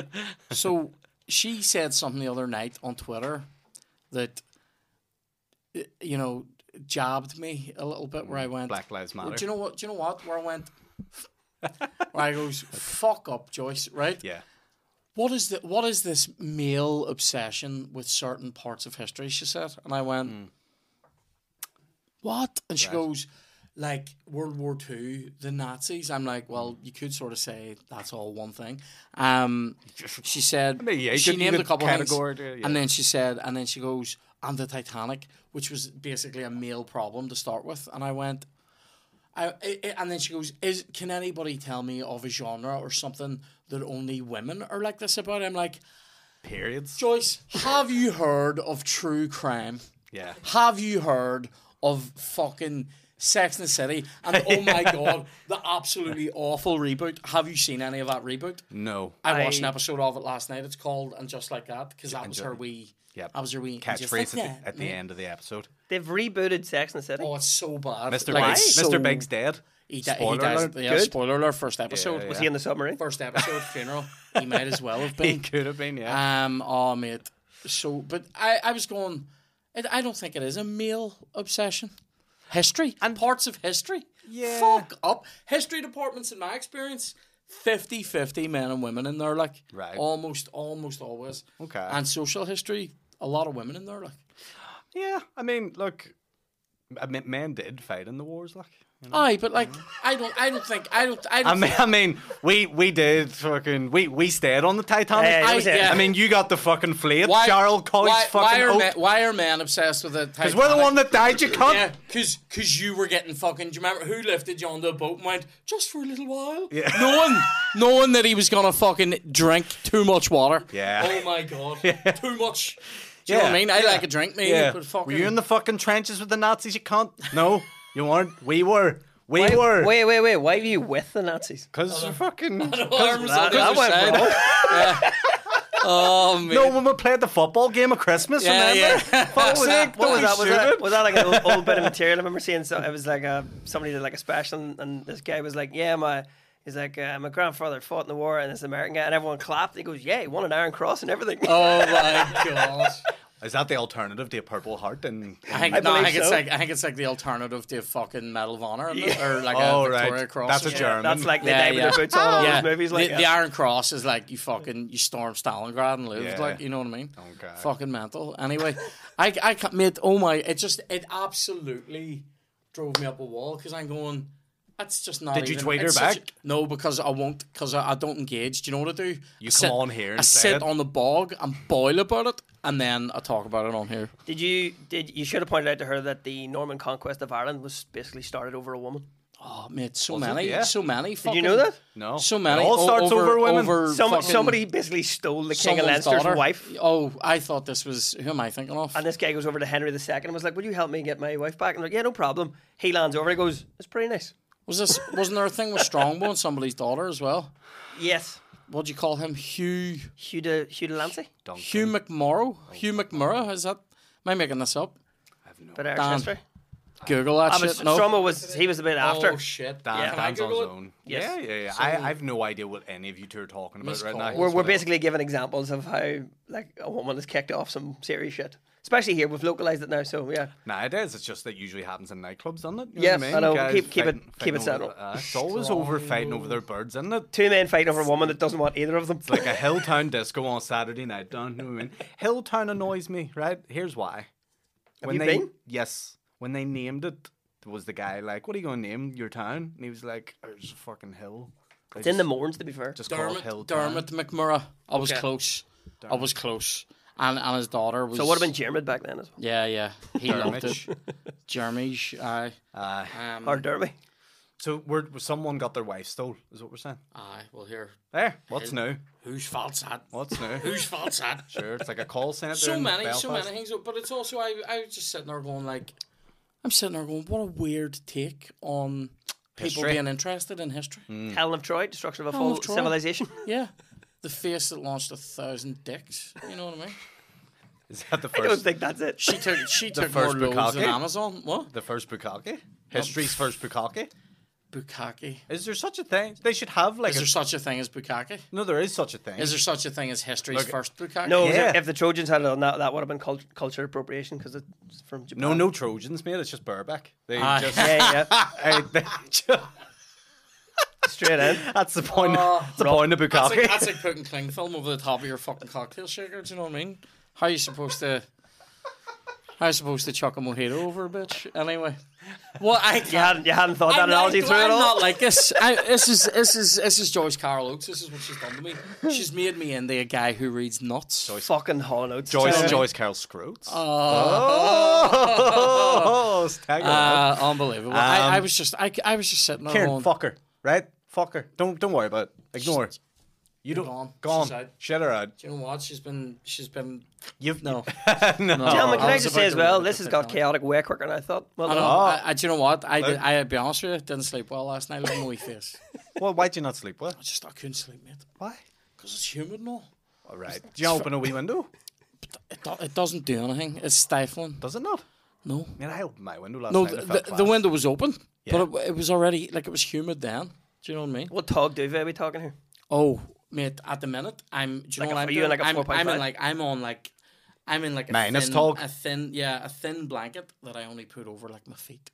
Speaker 1: so she said something the other night on Twitter that uh, you know jabbed me a little bit where I went.
Speaker 2: Mm, Black Lives Matter.
Speaker 1: Do you know what? Do you know what? Where I
Speaker 2: (laughs)
Speaker 1: went. where I goes, fuck up, Joyce. Right?
Speaker 2: yeah.
Speaker 1: What is the What is this male obsession with certain parts of history? She said, and I went,
Speaker 2: Hmm.
Speaker 1: what? And she goes, like World War Two, the Nazis. I'm like, well,
Speaker 2: Hmm.
Speaker 1: you could sort of say that's all one thing.
Speaker 2: (laughs)
Speaker 1: Um, she said
Speaker 2: mean, yeah, you
Speaker 1: she
Speaker 2: could- you
Speaker 1: named a
Speaker 2: could
Speaker 1: couple things,
Speaker 2: categorize it, yeah.
Speaker 1: and then she said, and then she goes, and the Titanic, which was basically a male problem to start with, and I went. I, I- I- and then she goes, "Is can anybody tell me of a genre or something that only women are like this about?" I'm like,
Speaker 2: Periods.
Speaker 1: Joyce, have you heard of true crime?
Speaker 2: Yeah.
Speaker 1: Have you heard of fucking Sex and the City? And oh
Speaker 2: (laughs)
Speaker 1: my god, the absolutely awful reboot. Have you seen any of that reboot?
Speaker 2: No.
Speaker 1: I watched an
Speaker 3: I-
Speaker 1: episode of it last night. It's called and just like that because that was
Speaker 2: Enjoy-
Speaker 1: her wee.
Speaker 2: Yep.
Speaker 1: That was her wee. and just
Speaker 2: Catchphrase
Speaker 1: like
Speaker 2: at, the,
Speaker 1: that,
Speaker 2: at the
Speaker 1: mate.
Speaker 2: end of the episode.
Speaker 3: They've rebooted Sex and the City.
Speaker 1: Oh, it's so bad.
Speaker 2: Mr.
Speaker 1: Like,
Speaker 2: Biggs.
Speaker 1: it's so-
Speaker 2: Mr. Biggs dead.
Speaker 1: He, di-
Speaker 2: Spoiler
Speaker 1: he dies.
Speaker 2: alert.
Speaker 1: Yeah,
Speaker 2: Good.
Speaker 1: spoiler alert. First episode.
Speaker 2: Yeah,
Speaker 3: Was he in the submarine?
Speaker 1: First episode funeral. He might as well have
Speaker 2: (laughs) He
Speaker 1: been.
Speaker 2: could have been, yeah.
Speaker 1: Um, oh mate. So, but I, I was going. I, I don't think it is a male obsession. History and parts of history.
Speaker 2: Yeah.
Speaker 1: Fuck up. History departments, in my experience, 50-50 men and women in there, like
Speaker 2: Right.
Speaker 1: almost, almost always.
Speaker 2: Okay.
Speaker 1: And social history, a lot of women in there, like.
Speaker 2: yeah, I mean, look, I mean, men did fight in the wars, like.
Speaker 1: Aye, but like, I don't, I don't think, I don't, I don't.
Speaker 2: I mean, I mean, we we did fucking we we stayed on the Titanic.
Speaker 3: Yeah, that was
Speaker 1: I-
Speaker 3: it.
Speaker 1: yeah.
Speaker 2: I mean, you got the fucking fleet,
Speaker 1: why-
Speaker 2: Charles Collins
Speaker 1: why, why
Speaker 2: fucking
Speaker 1: are
Speaker 2: oak.
Speaker 1: men, why are men obsessed with it?
Speaker 2: Because we're the one that died, you cunt.
Speaker 1: Yeah, cause, cause you were getting fucking. Do you remember who lifted you onto a boat and went just for a little while? (laughs) Yeah. Knowing, knowing that he was gonna fucking drink too much water.
Speaker 2: (laughs) Yeah.
Speaker 1: Oh my god. Too much. Do you know what I
Speaker 2: Yeah,
Speaker 1: mean? I like a drink, me.
Speaker 2: Yeah.
Speaker 1: But fucking,
Speaker 2: Were you in the fucking trenches with the Nazis? You can't. No, you weren't. We were. We were.
Speaker 3: Wait, wait, wait. Why were you with the Nazis?
Speaker 2: Because fucking.
Speaker 1: arms
Speaker 3: That-
Speaker 1: on the
Speaker 3: that
Speaker 1: other
Speaker 3: went
Speaker 1: side.
Speaker 3: wrong.
Speaker 1: Yeah. Oh man.
Speaker 2: No, when we played the football game at Christmas,
Speaker 1: Yeah,
Speaker 2: remember?
Speaker 1: yeah.
Speaker 2: Fuck sake,
Speaker 3: What
Speaker 2: don't
Speaker 3: was that?
Speaker 2: be
Speaker 3: Was that,
Speaker 2: stupid.
Speaker 3: was that like an old, old (laughs) bit of material? I remember seeing. So it was like a, somebody did like a special, and, and this guy was like, "Yeah, my." He's like, uh, my grandfather fought in the war, and this American guy, and everyone clapped. He goes, "Yeah, he won an Iron Cross and everything."
Speaker 1: Oh my god.
Speaker 2: Is that the alternative to a Purple Heart? And
Speaker 1: I think,
Speaker 3: I
Speaker 1: no, I
Speaker 3: believe
Speaker 1: think it's
Speaker 3: so.
Speaker 1: like I think it's like the alternative to a fucking Medal of Honor isn't it? or like
Speaker 2: Oh,
Speaker 1: a
Speaker 2: right.
Speaker 1: Victoria Cross.
Speaker 2: That's a
Speaker 1: or something.
Speaker 2: joke. German.
Speaker 3: (laughs) That's like the
Speaker 1: Yeah,
Speaker 3: day with
Speaker 1: yeah.
Speaker 3: the boots on all
Speaker 1: Yeah,
Speaker 3: those movies. Like
Speaker 1: the,
Speaker 3: yeah.
Speaker 2: uh,
Speaker 1: the Iron Cross is like you fucking you storm Stalingrad and lived,
Speaker 2: Yeah.
Speaker 1: like you know what I mean.
Speaker 2: Oh, God.
Speaker 1: Fucking mental. Anyway, I I can't, mate. Oh my! It just it absolutely drove me up a wall because I'm going. That's just not.
Speaker 2: Did you
Speaker 1: even-
Speaker 2: tweet her
Speaker 1: it's such-
Speaker 2: back?
Speaker 1: no, because I won't. Because I, I don't engage. Do you know what I do? You
Speaker 2: come on here and
Speaker 1: I
Speaker 2: say
Speaker 1: sit
Speaker 2: it.
Speaker 1: on the bog and boil about it, and then I talk about it on here.
Speaker 3: Did you did you should have pointed out to her that the Norman conquest of Ireland was basically started over a woman?
Speaker 1: Oh, mate, so
Speaker 2: it?
Speaker 1: many,
Speaker 2: Yeah.
Speaker 1: so many.
Speaker 3: Did you know that?
Speaker 2: no,
Speaker 1: So many.
Speaker 2: Oh. It all
Speaker 1: o-
Speaker 2: starts over, women.
Speaker 1: over
Speaker 3: Some,
Speaker 1: fucking
Speaker 3: somebody basically stole the King of
Speaker 1: someone's
Speaker 3: Leinster's
Speaker 1: daughter.
Speaker 3: wife,
Speaker 1: Oh, I thought this was who am I thinking of?
Speaker 3: and this guy goes over to Henry II and was like, "Would you help me get my wife back?" And I'm like, "Yeah, no problem." He lands over. He goes, "It's pretty nice."
Speaker 1: Was this wasn't there a thing with Strongbow and somebody's daughter as well?
Speaker 3: Yes,
Speaker 1: What do you call him? Hugh
Speaker 3: Hugh de, Hugh de Lancey,
Speaker 2: Duncan.
Speaker 1: Hugh McMorrow? Hugh McMurrow? Is that am I making this up?
Speaker 3: but Irish
Speaker 1: Dan.
Speaker 3: history.
Speaker 1: Google that
Speaker 3: I
Speaker 1: shit.
Speaker 3: was,
Speaker 1: no.
Speaker 3: Stromo was he was a bit after.
Speaker 1: Oh shit.
Speaker 2: Dan,
Speaker 3: Yeah.
Speaker 2: Dan's on his
Speaker 1: Google it?
Speaker 2: own.
Speaker 3: Yes.
Speaker 2: Yeah, yeah, yeah. I, I have no idea what any of you two are talking about
Speaker 1: Missed
Speaker 2: right now.
Speaker 1: calls.
Speaker 3: we're, we're basically giving examples of how like a woman has kicked off some serious shit, especially here. We've localized it now, so yeah.
Speaker 2: Nowadays, it's just that usually happens in nightclubs, doesn't it? You
Speaker 3: Yes,
Speaker 2: know what
Speaker 3: I
Speaker 2: I, mean?
Speaker 3: know.
Speaker 2: Guys
Speaker 3: Keep- keep it-
Speaker 2: fighting-
Speaker 3: keep it
Speaker 2: fighting
Speaker 3: settled.
Speaker 2: over- uh, it's always over fighting over their birds, isn't it?
Speaker 3: Two men fighting over a woman that doesn't want either of them.
Speaker 2: Like a Hilltown disco on Saturday night, don't you know what I mean? Hilltown annoys me, right? Here's why. When
Speaker 3: you
Speaker 2: they
Speaker 3: been?
Speaker 2: yes, when they named it, there was the guy like, "What are you going to name your town?" And he was like, "There's a fucking hill." They
Speaker 3: (laughs) It's in the
Speaker 2: just-
Speaker 3: morns, to be fair.
Speaker 2: just call
Speaker 1: Dermot
Speaker 2: it Hilltown.
Speaker 1: Dermot McMurrough. I was
Speaker 3: Okay.
Speaker 1: close. I was close. And and his daughter was
Speaker 3: So it would have been Jeremy back then as well.
Speaker 1: Yeah, yeah. He loved it.
Speaker 2: Dermot.
Speaker 1: Jeremy's aye.
Speaker 2: Aye.
Speaker 1: Um,
Speaker 3: Or Derby.
Speaker 2: So we're someone got their wife stole, is what we're saying.
Speaker 1: aye, well here.
Speaker 2: There, what's new?
Speaker 1: Whose fault's that?
Speaker 2: What's new?
Speaker 1: (laughs) Whose fault's that?
Speaker 2: Sure, it's like a call center.
Speaker 1: so
Speaker 2: in
Speaker 1: many, so
Speaker 2: Belfast.
Speaker 1: many things. But it's also I, I was just sitting there going like, I'm sitting there going, what a weird take on people
Speaker 2: History. Hmm.
Speaker 1: being interested in history.
Speaker 3: Helen of Troy, destruction of a
Speaker 1: Helen
Speaker 3: full
Speaker 1: Mm. of Troy.
Speaker 3: civilization. (laughs)
Speaker 1: Yeah, the face that launched a thousand dicks. You know what I mean?
Speaker 2: Is
Speaker 1: (laughs)
Speaker 2: that the
Speaker 3: I don't
Speaker 2: first?
Speaker 3: think that's
Speaker 2: (laughs)
Speaker 3: it.
Speaker 1: She took she took
Speaker 2: first
Speaker 1: more loads than
Speaker 2: Bukkake?
Speaker 1: Amazon. What
Speaker 2: The first bukkake. History's first bukkake.
Speaker 1: bukkake?
Speaker 2: Is there such a thing? They should have like.
Speaker 1: Is
Speaker 2: a,
Speaker 1: there such a thing as bukkake?
Speaker 2: no, there is such a thing.
Speaker 1: Is there such a thing as history's first bukkake?
Speaker 3: No,
Speaker 2: Yeah.
Speaker 3: if the Trojans had it on that, that would have been cult- culture appropriation because it's from Japan.
Speaker 2: no, no Trojans, mate. It's just Burbank. They
Speaker 1: Aye.
Speaker 2: just.
Speaker 3: Yeah, yeah.
Speaker 1: (laughs)
Speaker 2: eh, (laughs) they ju-
Speaker 3: Straight in.
Speaker 2: that's the point. that's the point of
Speaker 1: Oh, that's like,
Speaker 2: bukkake.
Speaker 1: that's like putting cling film over the top of your fucking cocktail shaker. Do you know what I mean? How are you supposed to? How are you supposed to chuck a mojito over a bitch? Anyway, well, I
Speaker 3: You hadn't, you hadn't thought that
Speaker 1: I'm
Speaker 3: analogy
Speaker 1: not,
Speaker 3: through
Speaker 1: I'm
Speaker 3: at all.
Speaker 1: not like this. I, this is this is this is Joyce Carol Oates. This is what she's done to me. She's made me into a guy who reads nuts.
Speaker 3: Fucking hollow notes.
Speaker 2: (laughs) Joyce,
Speaker 3: Straight in.
Speaker 2: Joyce Carol Scroats.
Speaker 1: (laughs)
Speaker 2: Oh, stagger.
Speaker 1: Uh, unbelievable. I,
Speaker 3: Um,
Speaker 1: I was just I, I was just sitting there
Speaker 2: Karen,
Speaker 1: going,
Speaker 2: fuck her, right? Fuck her. Don't don't worry about it. Ignore it. You don't
Speaker 1: gone. She's
Speaker 2: gone.
Speaker 1: out.
Speaker 2: Shut her out.
Speaker 1: Do you know what? She's been she's
Speaker 3: (laughs)
Speaker 1: been
Speaker 2: You've
Speaker 1: no.
Speaker 2: no.
Speaker 3: Gentlemen,
Speaker 1: Oh,
Speaker 3: can
Speaker 1: I
Speaker 3: I
Speaker 1: was
Speaker 3: just
Speaker 1: about
Speaker 3: say as
Speaker 1: to
Speaker 3: well,
Speaker 1: read
Speaker 3: this
Speaker 1: the
Speaker 3: has got
Speaker 1: technology.
Speaker 3: chaotic way quicker than I thought. Well,
Speaker 1: I know.
Speaker 3: done.
Speaker 1: I, I, do you know what? I did, I be honest with you, didn't sleep well last night. Look at my wee face.
Speaker 2: Well, why'd you not sleep? What?
Speaker 1: I just I couldn't sleep, mate.
Speaker 2: Why?
Speaker 1: Because it's humid and all.
Speaker 2: All right. Do you open a wee window?
Speaker 1: It, do, it doesn't do anything. It's stifling.
Speaker 2: Does it not?
Speaker 1: No.
Speaker 2: I mean, I opened my window last
Speaker 1: No,
Speaker 2: night.
Speaker 1: the,
Speaker 2: I felt
Speaker 1: the, the
Speaker 2: class.
Speaker 1: window was open,
Speaker 2: Yeah.
Speaker 1: but it, it was already, like, it was humid then. Do you know what I mean?
Speaker 3: What tog duvet are we talking here?
Speaker 1: Oh, mate, at the minute, I'm, do you
Speaker 3: Like
Speaker 1: know
Speaker 3: a-
Speaker 1: what
Speaker 3: are
Speaker 1: I'm
Speaker 3: you
Speaker 1: doing?
Speaker 3: in like a
Speaker 1: I'm, I'm
Speaker 3: 4.5?
Speaker 1: in, like, I'm on, like, I'm in, like, a
Speaker 2: Minus
Speaker 1: thin,
Speaker 2: tall.
Speaker 1: a thin, yeah, a thin blanket that I only put over, like, my feet.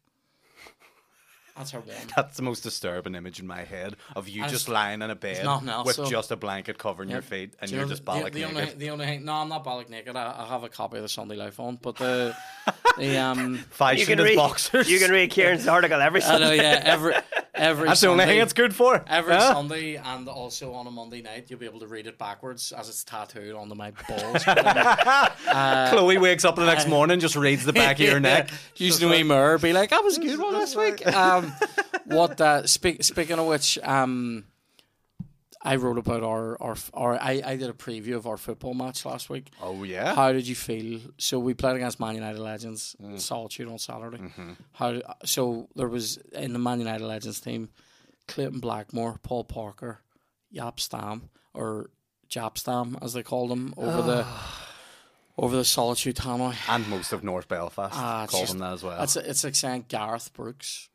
Speaker 1: That's how (laughs) warm.
Speaker 2: That's the most disturbing image in my head of you just lying in a bed
Speaker 1: nothing else,
Speaker 2: with
Speaker 1: so-
Speaker 2: just a blanket covering your feet and
Speaker 1: Do you
Speaker 2: you're
Speaker 1: know
Speaker 2: just
Speaker 1: the- the-
Speaker 2: bollock
Speaker 1: the,
Speaker 2: naked.
Speaker 1: only, the only thing, no, I'm not bollock naked. I, I have a copy of the Sunday Life on, but (laughs) the, the, um,
Speaker 3: You
Speaker 2: Fashion
Speaker 3: can
Speaker 2: is
Speaker 3: read.
Speaker 2: boxers.
Speaker 3: You
Speaker 1: (laughs)
Speaker 3: can read Kieran's article every
Speaker 1: I know,
Speaker 3: Sunday.
Speaker 1: yeah, every, every
Speaker 2: That's the only
Speaker 1: Sunday-
Speaker 2: thing it's good for.
Speaker 1: Every
Speaker 2: Huh?
Speaker 1: Sunday and also on a Monday night, you'll be able to read it backwards as it's tattooed onto my balls. (laughs) Back
Speaker 2: (laughs) Chloe wakes up the
Speaker 1: Uh,
Speaker 2: next morning, just reads the back
Speaker 1: (laughs)
Speaker 2: of your neck.
Speaker 1: Use the wee mirror, be like, "I was a (laughs) good (laughs) one this week." Um, what? Uh, speak, speaking of which, um, I wrote about our our, our I, I did a preview of our football match last week.
Speaker 2: Oh
Speaker 1: (laughs)
Speaker 2: yeah.
Speaker 1: How did you feel? So we played against Man United Legends Solitude on Saturday. How so? There was in the Man United Legends team, Clayton Blackmore, Paul Parker, Yap Stam or Jap Stam as they called him over the over the Solitude Hanoi.
Speaker 2: and most of North Belfast
Speaker 1: Ah,
Speaker 2: called
Speaker 1: it's
Speaker 2: call
Speaker 1: just-
Speaker 2: them that as well.
Speaker 1: That's it's like saying Gareth Brooks.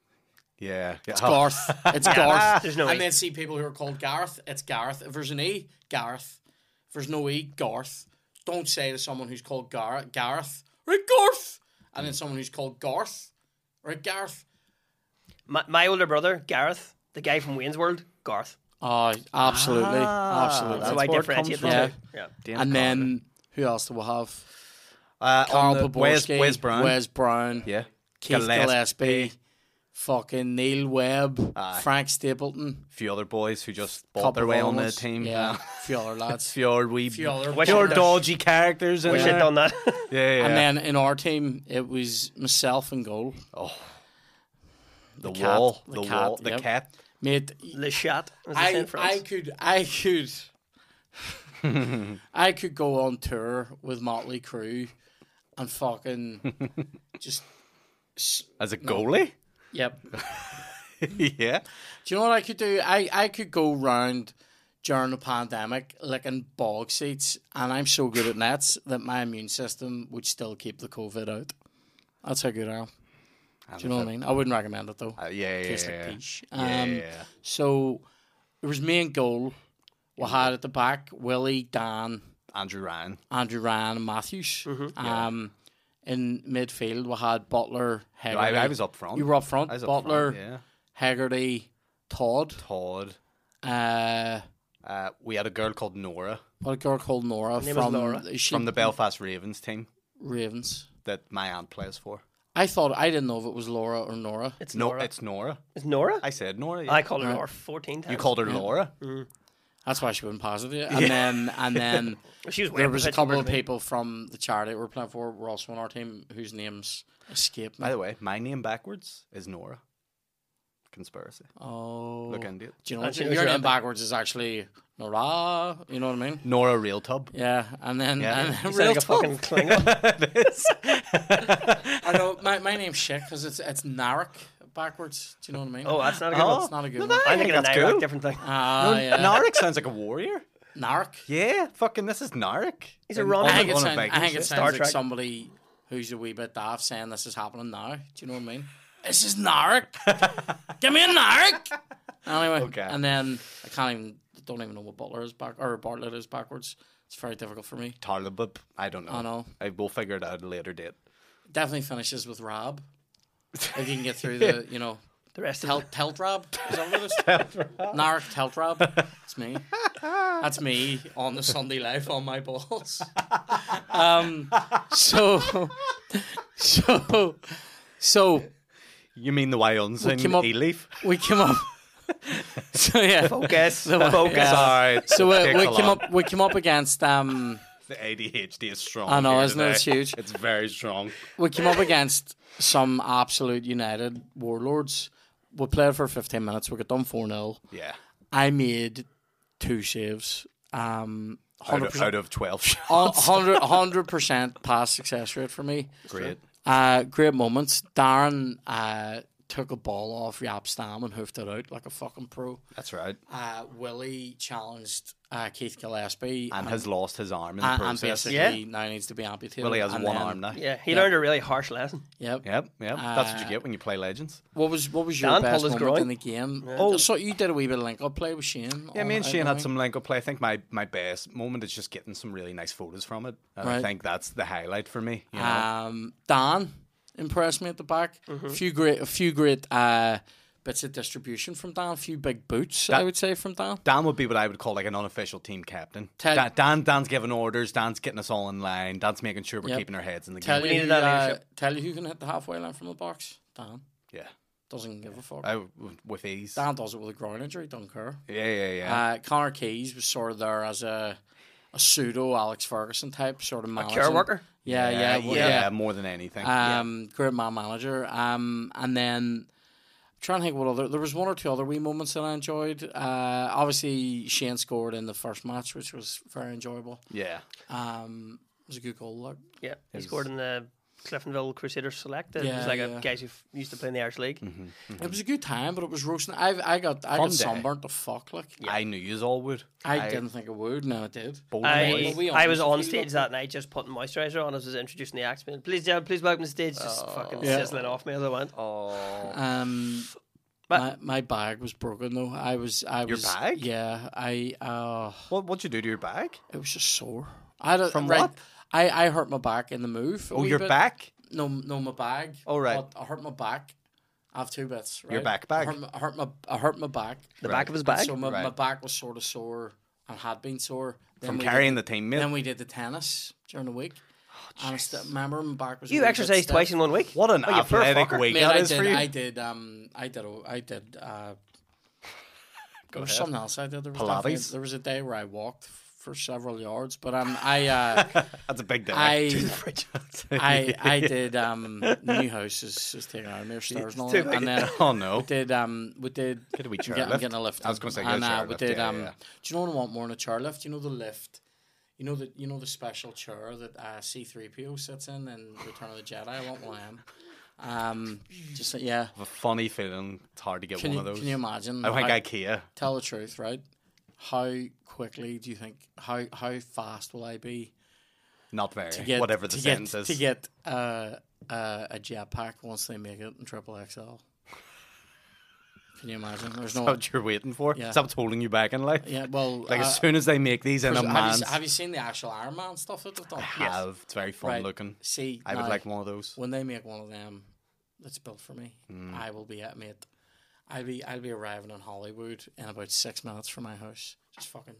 Speaker 2: yeah. yeah. Ah.
Speaker 1: It's
Speaker 2: Oh,
Speaker 1: Garth. It's Garth.
Speaker 3: There's no
Speaker 1: and
Speaker 3: E.
Speaker 1: then see people who are called Gareth. It's Gareth. If there's an E, Gareth. If there's no E, Garth. Don't say to someone who's called Gar- Gareth, right, Garth. And then someone who's called Garth, right, Garth.
Speaker 3: My, my older brother, Gareth, the guy from Wayne's World, Garth.
Speaker 1: Oh, absolutely.
Speaker 2: Ah,
Speaker 1: absolutely.
Speaker 3: So
Speaker 2: That's
Speaker 3: I
Speaker 2: where it
Speaker 3: differentiate the
Speaker 2: comes
Speaker 1: from.
Speaker 3: two. Yeah.
Speaker 2: damn
Speaker 1: and
Speaker 2: Carter.
Speaker 1: then who else do we have?
Speaker 2: uh,
Speaker 1: Carl
Speaker 2: on the- Wes,
Speaker 1: Poborski,
Speaker 2: Wes Brown.
Speaker 1: Wes Brown,
Speaker 2: yeah.
Speaker 1: Keith Gillespie.
Speaker 2: Gillespie.
Speaker 1: fucking Neil Webb, Frank Stapleton,
Speaker 2: few other boys who just
Speaker 1: couple
Speaker 2: bought their
Speaker 1: of
Speaker 2: way on
Speaker 1: other
Speaker 2: the
Speaker 1: ones.
Speaker 2: team.
Speaker 1: Yeah,
Speaker 2: (laughs) Yeah.
Speaker 1: few other lads.
Speaker 2: few other wee, few
Speaker 1: Few other boys.
Speaker 2: dodgy characters in
Speaker 3: Wish I'd
Speaker 2: there.
Speaker 3: done that. (laughs)
Speaker 2: Yeah, yeah.
Speaker 1: And then in our team, it was myself and goal.
Speaker 2: the,
Speaker 1: cat,
Speaker 2: wall,
Speaker 1: the
Speaker 2: the,
Speaker 1: cat,
Speaker 2: wall, the
Speaker 1: yep.
Speaker 2: cat.
Speaker 1: Mate,
Speaker 3: Le Chat. As they say in
Speaker 1: I,
Speaker 3: France.
Speaker 1: I could I could I could go on tour with Motley Crue and fucking just
Speaker 2: As a goalie? (laughs)
Speaker 1: yep.
Speaker 2: yeah.
Speaker 1: Do you know what I could do? I, I could go round during the pandemic licking bog seats and I'm so good at nets that my immune system would still keep the COVID out. That's how good I am. Do you know what I mean? I wouldn't recommend it though.
Speaker 2: Uh, yeah, yeah,
Speaker 1: Tastes like
Speaker 2: yeah.
Speaker 1: peach.
Speaker 2: yeah,
Speaker 1: Um,
Speaker 2: yeah.
Speaker 1: So it was me and goal. We had at the back Willie, Dan,
Speaker 2: Andrew Ryan.
Speaker 1: Andrew Ryan, and Matthews.
Speaker 2: Mm-hmm.
Speaker 1: Um, in midfield we had Butler,
Speaker 2: I,
Speaker 1: Haggerty.
Speaker 2: I was up front.
Speaker 1: You were up front.
Speaker 2: I was up
Speaker 1: Butler,
Speaker 2: front, yeah.
Speaker 1: Haggerty, Todd.
Speaker 2: Todd.
Speaker 1: Uh,
Speaker 2: Uh, we had a girl called Nora
Speaker 1: what a girl called Nora
Speaker 3: name is
Speaker 1: from
Speaker 3: Laura.
Speaker 1: she,
Speaker 2: from the Belfast Ravens team
Speaker 1: Ravens.
Speaker 2: that my aunt plays for.
Speaker 1: I thought I didn't know if it was Laura or Nora.
Speaker 3: It's
Speaker 2: No,
Speaker 3: Nora.
Speaker 2: it's Nora.
Speaker 3: It's Nora?
Speaker 2: I said Nora. Yeah.
Speaker 3: I called her Nora 14 times.
Speaker 2: you called her Laura.
Speaker 1: Mm-hmm. That's why she wouldn't positive
Speaker 2: (laughs)
Speaker 1: it. And then and then
Speaker 3: She was way
Speaker 1: there
Speaker 3: more
Speaker 1: was a
Speaker 3: fetching
Speaker 1: couple
Speaker 3: than
Speaker 1: of
Speaker 3: me.
Speaker 1: people from the charity we're playing for were also on our team whose names escape me.
Speaker 2: By the way, my name backwards is Nora. Conspiracy.
Speaker 1: Oh,
Speaker 2: Look into it.
Speaker 1: do you know what
Speaker 3: Actually,
Speaker 1: your
Speaker 3: sure, I
Speaker 1: name
Speaker 3: think-
Speaker 1: backwards is actually Nora? You know what I mean?
Speaker 2: Nora Real Tub.
Speaker 1: Yeah, and then (laughs)
Speaker 2: Yeah.
Speaker 1: and then
Speaker 3: Sound
Speaker 1: real
Speaker 3: like a
Speaker 1: talk. (laughs)
Speaker 3: fucking Klingon.
Speaker 2: It is.
Speaker 1: I know my, my name's shit because it's it's Narek backwards. Do you know what I mean?
Speaker 3: Oh, that's not a good
Speaker 2: Oh.
Speaker 3: one.
Speaker 1: it's not a good
Speaker 2: no,
Speaker 1: one.
Speaker 2: that-
Speaker 3: I'm thinking
Speaker 2: I
Speaker 3: of
Speaker 2: think that's
Speaker 3: Nairoc,
Speaker 2: cool.
Speaker 3: different
Speaker 1: (laughs)
Speaker 3: thing.
Speaker 1: Ah, yeah.
Speaker 2: Narek sounds like a warrior.
Speaker 1: Narek.
Speaker 2: Yeah, fucking, this is Narek.
Speaker 3: He's a
Speaker 2: And
Speaker 3: Roman.
Speaker 1: I
Speaker 2: on a-
Speaker 1: think it
Speaker 2: on a
Speaker 1: sounds, I
Speaker 2: Viking
Speaker 1: think it
Speaker 2: ship.
Speaker 1: sounds like
Speaker 3: Trek.
Speaker 1: somebody who's a wee bit daft saying this is happening now. Do you know what I mean? This is (laughs) Narek. Give me a Narek. Anyway,
Speaker 2: Okay.
Speaker 1: and then I can't even don't even know what Butler is back or Bartlett is backwards. It's very difficult for me.
Speaker 2: Tarlabub. I don't know.
Speaker 1: I know.
Speaker 2: I will figure it out at a later date.
Speaker 1: Definitely finishes with Rob. If you can get through
Speaker 2: (laughs)
Speaker 1: the, you know,
Speaker 3: The rest of
Speaker 1: Telt Teltrab. Is that what it is? Narek Teltrab. It's me. That's me on the Sunday life on my balls. Um, so, so, so
Speaker 2: You mean the Wyons in
Speaker 1: came up-
Speaker 2: E-Leaf?
Speaker 1: we came up. So yeah.
Speaker 3: Focus. Focus.
Speaker 1: (laughs) Yeah.
Speaker 2: Sorry.
Speaker 1: So uh,
Speaker 2: Take
Speaker 1: we
Speaker 2: a
Speaker 1: came
Speaker 2: lot.
Speaker 1: up. We came up against. Um,
Speaker 2: The ADHD is strong.
Speaker 1: I know,
Speaker 2: here
Speaker 1: isn't it?
Speaker 2: today.
Speaker 1: It's huge.
Speaker 2: It's very strong.
Speaker 1: we came up against some absolute United warlords. We played for fifteen minutes. We got done four 0
Speaker 2: Yeah.
Speaker 1: I made two saves. Um,
Speaker 2: Out
Speaker 1: 100%,
Speaker 2: of, out
Speaker 1: (laughs)
Speaker 2: of 12 shots.
Speaker 1: 100 percent pass success rate for me.
Speaker 2: Great.
Speaker 1: Uh, great moments. Darren uh, took a ball off Yap Stam and hoofed it out like a fucking pro.
Speaker 2: That's right.
Speaker 1: Uh, Willie challenged uh, Keith Gillespie
Speaker 2: And has lost his arm in the
Speaker 1: and, and
Speaker 2: process.
Speaker 1: basically
Speaker 3: Yeah.
Speaker 1: now needs to be amputated.
Speaker 2: Willie has
Speaker 1: And
Speaker 2: one
Speaker 1: then-
Speaker 2: arm now.
Speaker 3: Yeah, he learned a really harsh lesson.
Speaker 1: Yep.
Speaker 2: Yep, yep. That's
Speaker 1: Uh,
Speaker 2: what you get when you play Legends.
Speaker 1: What was what was your
Speaker 3: Dan
Speaker 1: best
Speaker 3: pulled his
Speaker 1: moment
Speaker 3: groin.
Speaker 1: in the game? Oh, so you did a wee bit of link up play with Shane.
Speaker 2: Yeah,
Speaker 1: on
Speaker 2: me and
Speaker 1: it,
Speaker 2: Shane
Speaker 1: I
Speaker 2: had
Speaker 1: think.
Speaker 2: some link up play. I think my, my best moment is just getting some really nice photos from it. And
Speaker 1: Right.
Speaker 2: I think that's the highlight for me. You know?
Speaker 1: Um, Dan impressed me at the back.
Speaker 3: Mm-hmm.
Speaker 1: A few great, a few great uh, bits of distribution from Dan. A few big boots, I would say, from Dan.
Speaker 2: Dan would be what I would call like an unofficial team captain.
Speaker 1: Tell-
Speaker 2: Dan, Dan Dan's giving orders. Dan's getting us all in line. Dan's making sure we're
Speaker 1: Yep.
Speaker 2: keeping our heads in the
Speaker 1: Tell
Speaker 2: game.
Speaker 1: you,
Speaker 3: needed
Speaker 1: who,
Speaker 3: that
Speaker 1: uh,
Speaker 3: leadership.
Speaker 1: tell you who can hit the halfway line from the box. Dan
Speaker 2: Yeah,
Speaker 1: doesn't give a fuck.
Speaker 3: Uh,
Speaker 2: I, w- with ease.
Speaker 1: Dan does it with a groin injury. Don't care.
Speaker 2: Yeah, yeah, yeah.
Speaker 1: Uh, Connor Keys was sort of there as a a pseudo Alex Ferguson type, sort of managing.
Speaker 3: Care worker.
Speaker 1: Yeah, yeah, Ah.
Speaker 2: yeah,
Speaker 1: well,
Speaker 2: yeah,
Speaker 1: yeah.
Speaker 2: more than anything.
Speaker 1: Um, great man manager. Um, and then trying to think what other there was one or two other wee moments that I enjoyed. Uh, obviously Shane scored in the first match, which was very enjoyable.
Speaker 2: Yeah.
Speaker 1: Um, it was a good goal. Like,
Speaker 3: Yeah, he scored in the Cliftonville Crusaders Select. It
Speaker 1: Yeah,
Speaker 3: was like
Speaker 1: yeah.
Speaker 3: a guys who f- used to play in the Irish League.
Speaker 2: Mm-hmm.
Speaker 1: It was a good time, but it was roasting. I I got I
Speaker 2: Fun
Speaker 1: got
Speaker 2: day.
Speaker 1: sunburnt to fuck like.
Speaker 2: I knew you all would.
Speaker 1: I, didn't think it would. No, it did.
Speaker 2: Bold
Speaker 3: I,
Speaker 2: boys.
Speaker 1: we
Speaker 3: I was
Speaker 1: honestly
Speaker 3: on
Speaker 1: feel
Speaker 3: stage
Speaker 1: like-
Speaker 3: that night just putting moisturizer on as I was introducing the acts. man. Please, yeah, please welcome to the stage. Just fucking
Speaker 1: Yeah.
Speaker 3: sizzling off me as I went.
Speaker 2: Oh.
Speaker 1: Um, my, my bag was broken though. I was I was
Speaker 2: bag?
Speaker 1: Yeah, I uh,
Speaker 2: What what'd you do to your bag?
Speaker 1: it was just sore. I don't,
Speaker 2: From
Speaker 1: right,
Speaker 2: what?
Speaker 1: I I hurt my back in the move. a
Speaker 2: Oh,
Speaker 1: wee
Speaker 2: your
Speaker 1: bit.
Speaker 2: back?
Speaker 1: No, no, my bag.
Speaker 2: Oh, right.
Speaker 1: But I hurt my back. I have two bits. Right?
Speaker 2: Your back bag.
Speaker 1: I hurt, my, I hurt my I hurt my back.
Speaker 3: The back of his bag.
Speaker 1: So my, my
Speaker 2: Right.
Speaker 1: back was sort of sore and had been sore Then
Speaker 2: From
Speaker 1: we did-
Speaker 2: carrying the Oh, team,
Speaker 1: Then
Speaker 2: mate.
Speaker 1: we did the tennis during the week. and I st- remember my back was. a
Speaker 3: you
Speaker 1: wee bit
Speaker 3: exercised
Speaker 1: stiff.
Speaker 3: twice in one week.
Speaker 2: What an
Speaker 3: Oh, you poor
Speaker 2: athletic
Speaker 3: fucker.
Speaker 2: week
Speaker 1: Mate,
Speaker 2: that
Speaker 1: I
Speaker 2: is
Speaker 1: did,
Speaker 2: for you.
Speaker 1: I did. Um, I did. a- I did.
Speaker 2: (laughs)
Speaker 1: Uh, there was something else I did. There was,
Speaker 2: Pilates?
Speaker 1: definitely- there was a day where I walked for several yards, but um, I,
Speaker 2: (laughs)
Speaker 1: uh,
Speaker 2: That's a big day. (laughs)
Speaker 1: I, I,
Speaker 2: I,
Speaker 1: I did. Um, the new house is, is taking out mere stars and all that, and then
Speaker 2: (laughs) oh no.
Speaker 1: did. Um, we did.
Speaker 2: Could we
Speaker 1: I'm getting, I'm
Speaker 2: chairlift?
Speaker 1: getting a lift.
Speaker 2: I was gonna say, get a
Speaker 1: and, uh, we
Speaker 2: chairlift,
Speaker 1: did.
Speaker 2: yeah,
Speaker 1: um,
Speaker 2: yeah.
Speaker 1: Do you know what I want more than a chairlift? You know the lift. You know the you know the special chair that uh, C three PO sits in in Return of the Jedi. I want one of them. Um, just yeah.
Speaker 2: I have a funny feeling it's hard to get
Speaker 1: Can
Speaker 2: one
Speaker 1: you,
Speaker 2: of those.
Speaker 1: can you imagine?
Speaker 2: I
Speaker 1: how-
Speaker 2: think IKEA.
Speaker 1: tell the truth, right? How quickly do you think? How how fast will I be?
Speaker 2: Not very.
Speaker 1: to get-
Speaker 2: Whatever the
Speaker 1: to
Speaker 2: sentence
Speaker 1: get,
Speaker 2: is.
Speaker 1: to get uh, uh, a jetpack once they make it in triple XL. Can you imagine? There's no.
Speaker 2: what you're waiting for.
Speaker 1: Yeah.
Speaker 2: Yeah. Stop holding you back in life.
Speaker 1: Yeah, well,
Speaker 2: Like
Speaker 1: uh,
Speaker 2: as soon as they make these in a
Speaker 1: have, you,
Speaker 2: man's
Speaker 1: s- have you seen the actual Iron Man stuff that they've done?
Speaker 2: have, it's very fun
Speaker 1: Right.
Speaker 2: looking.
Speaker 1: See,
Speaker 2: I would
Speaker 1: now,
Speaker 2: like one of those.
Speaker 1: when they make one of them that's built for me,
Speaker 2: Hmm.
Speaker 1: I will be at mate. I'll be I'll be arriving in Hollywood in about six minutes from my house. Just fucking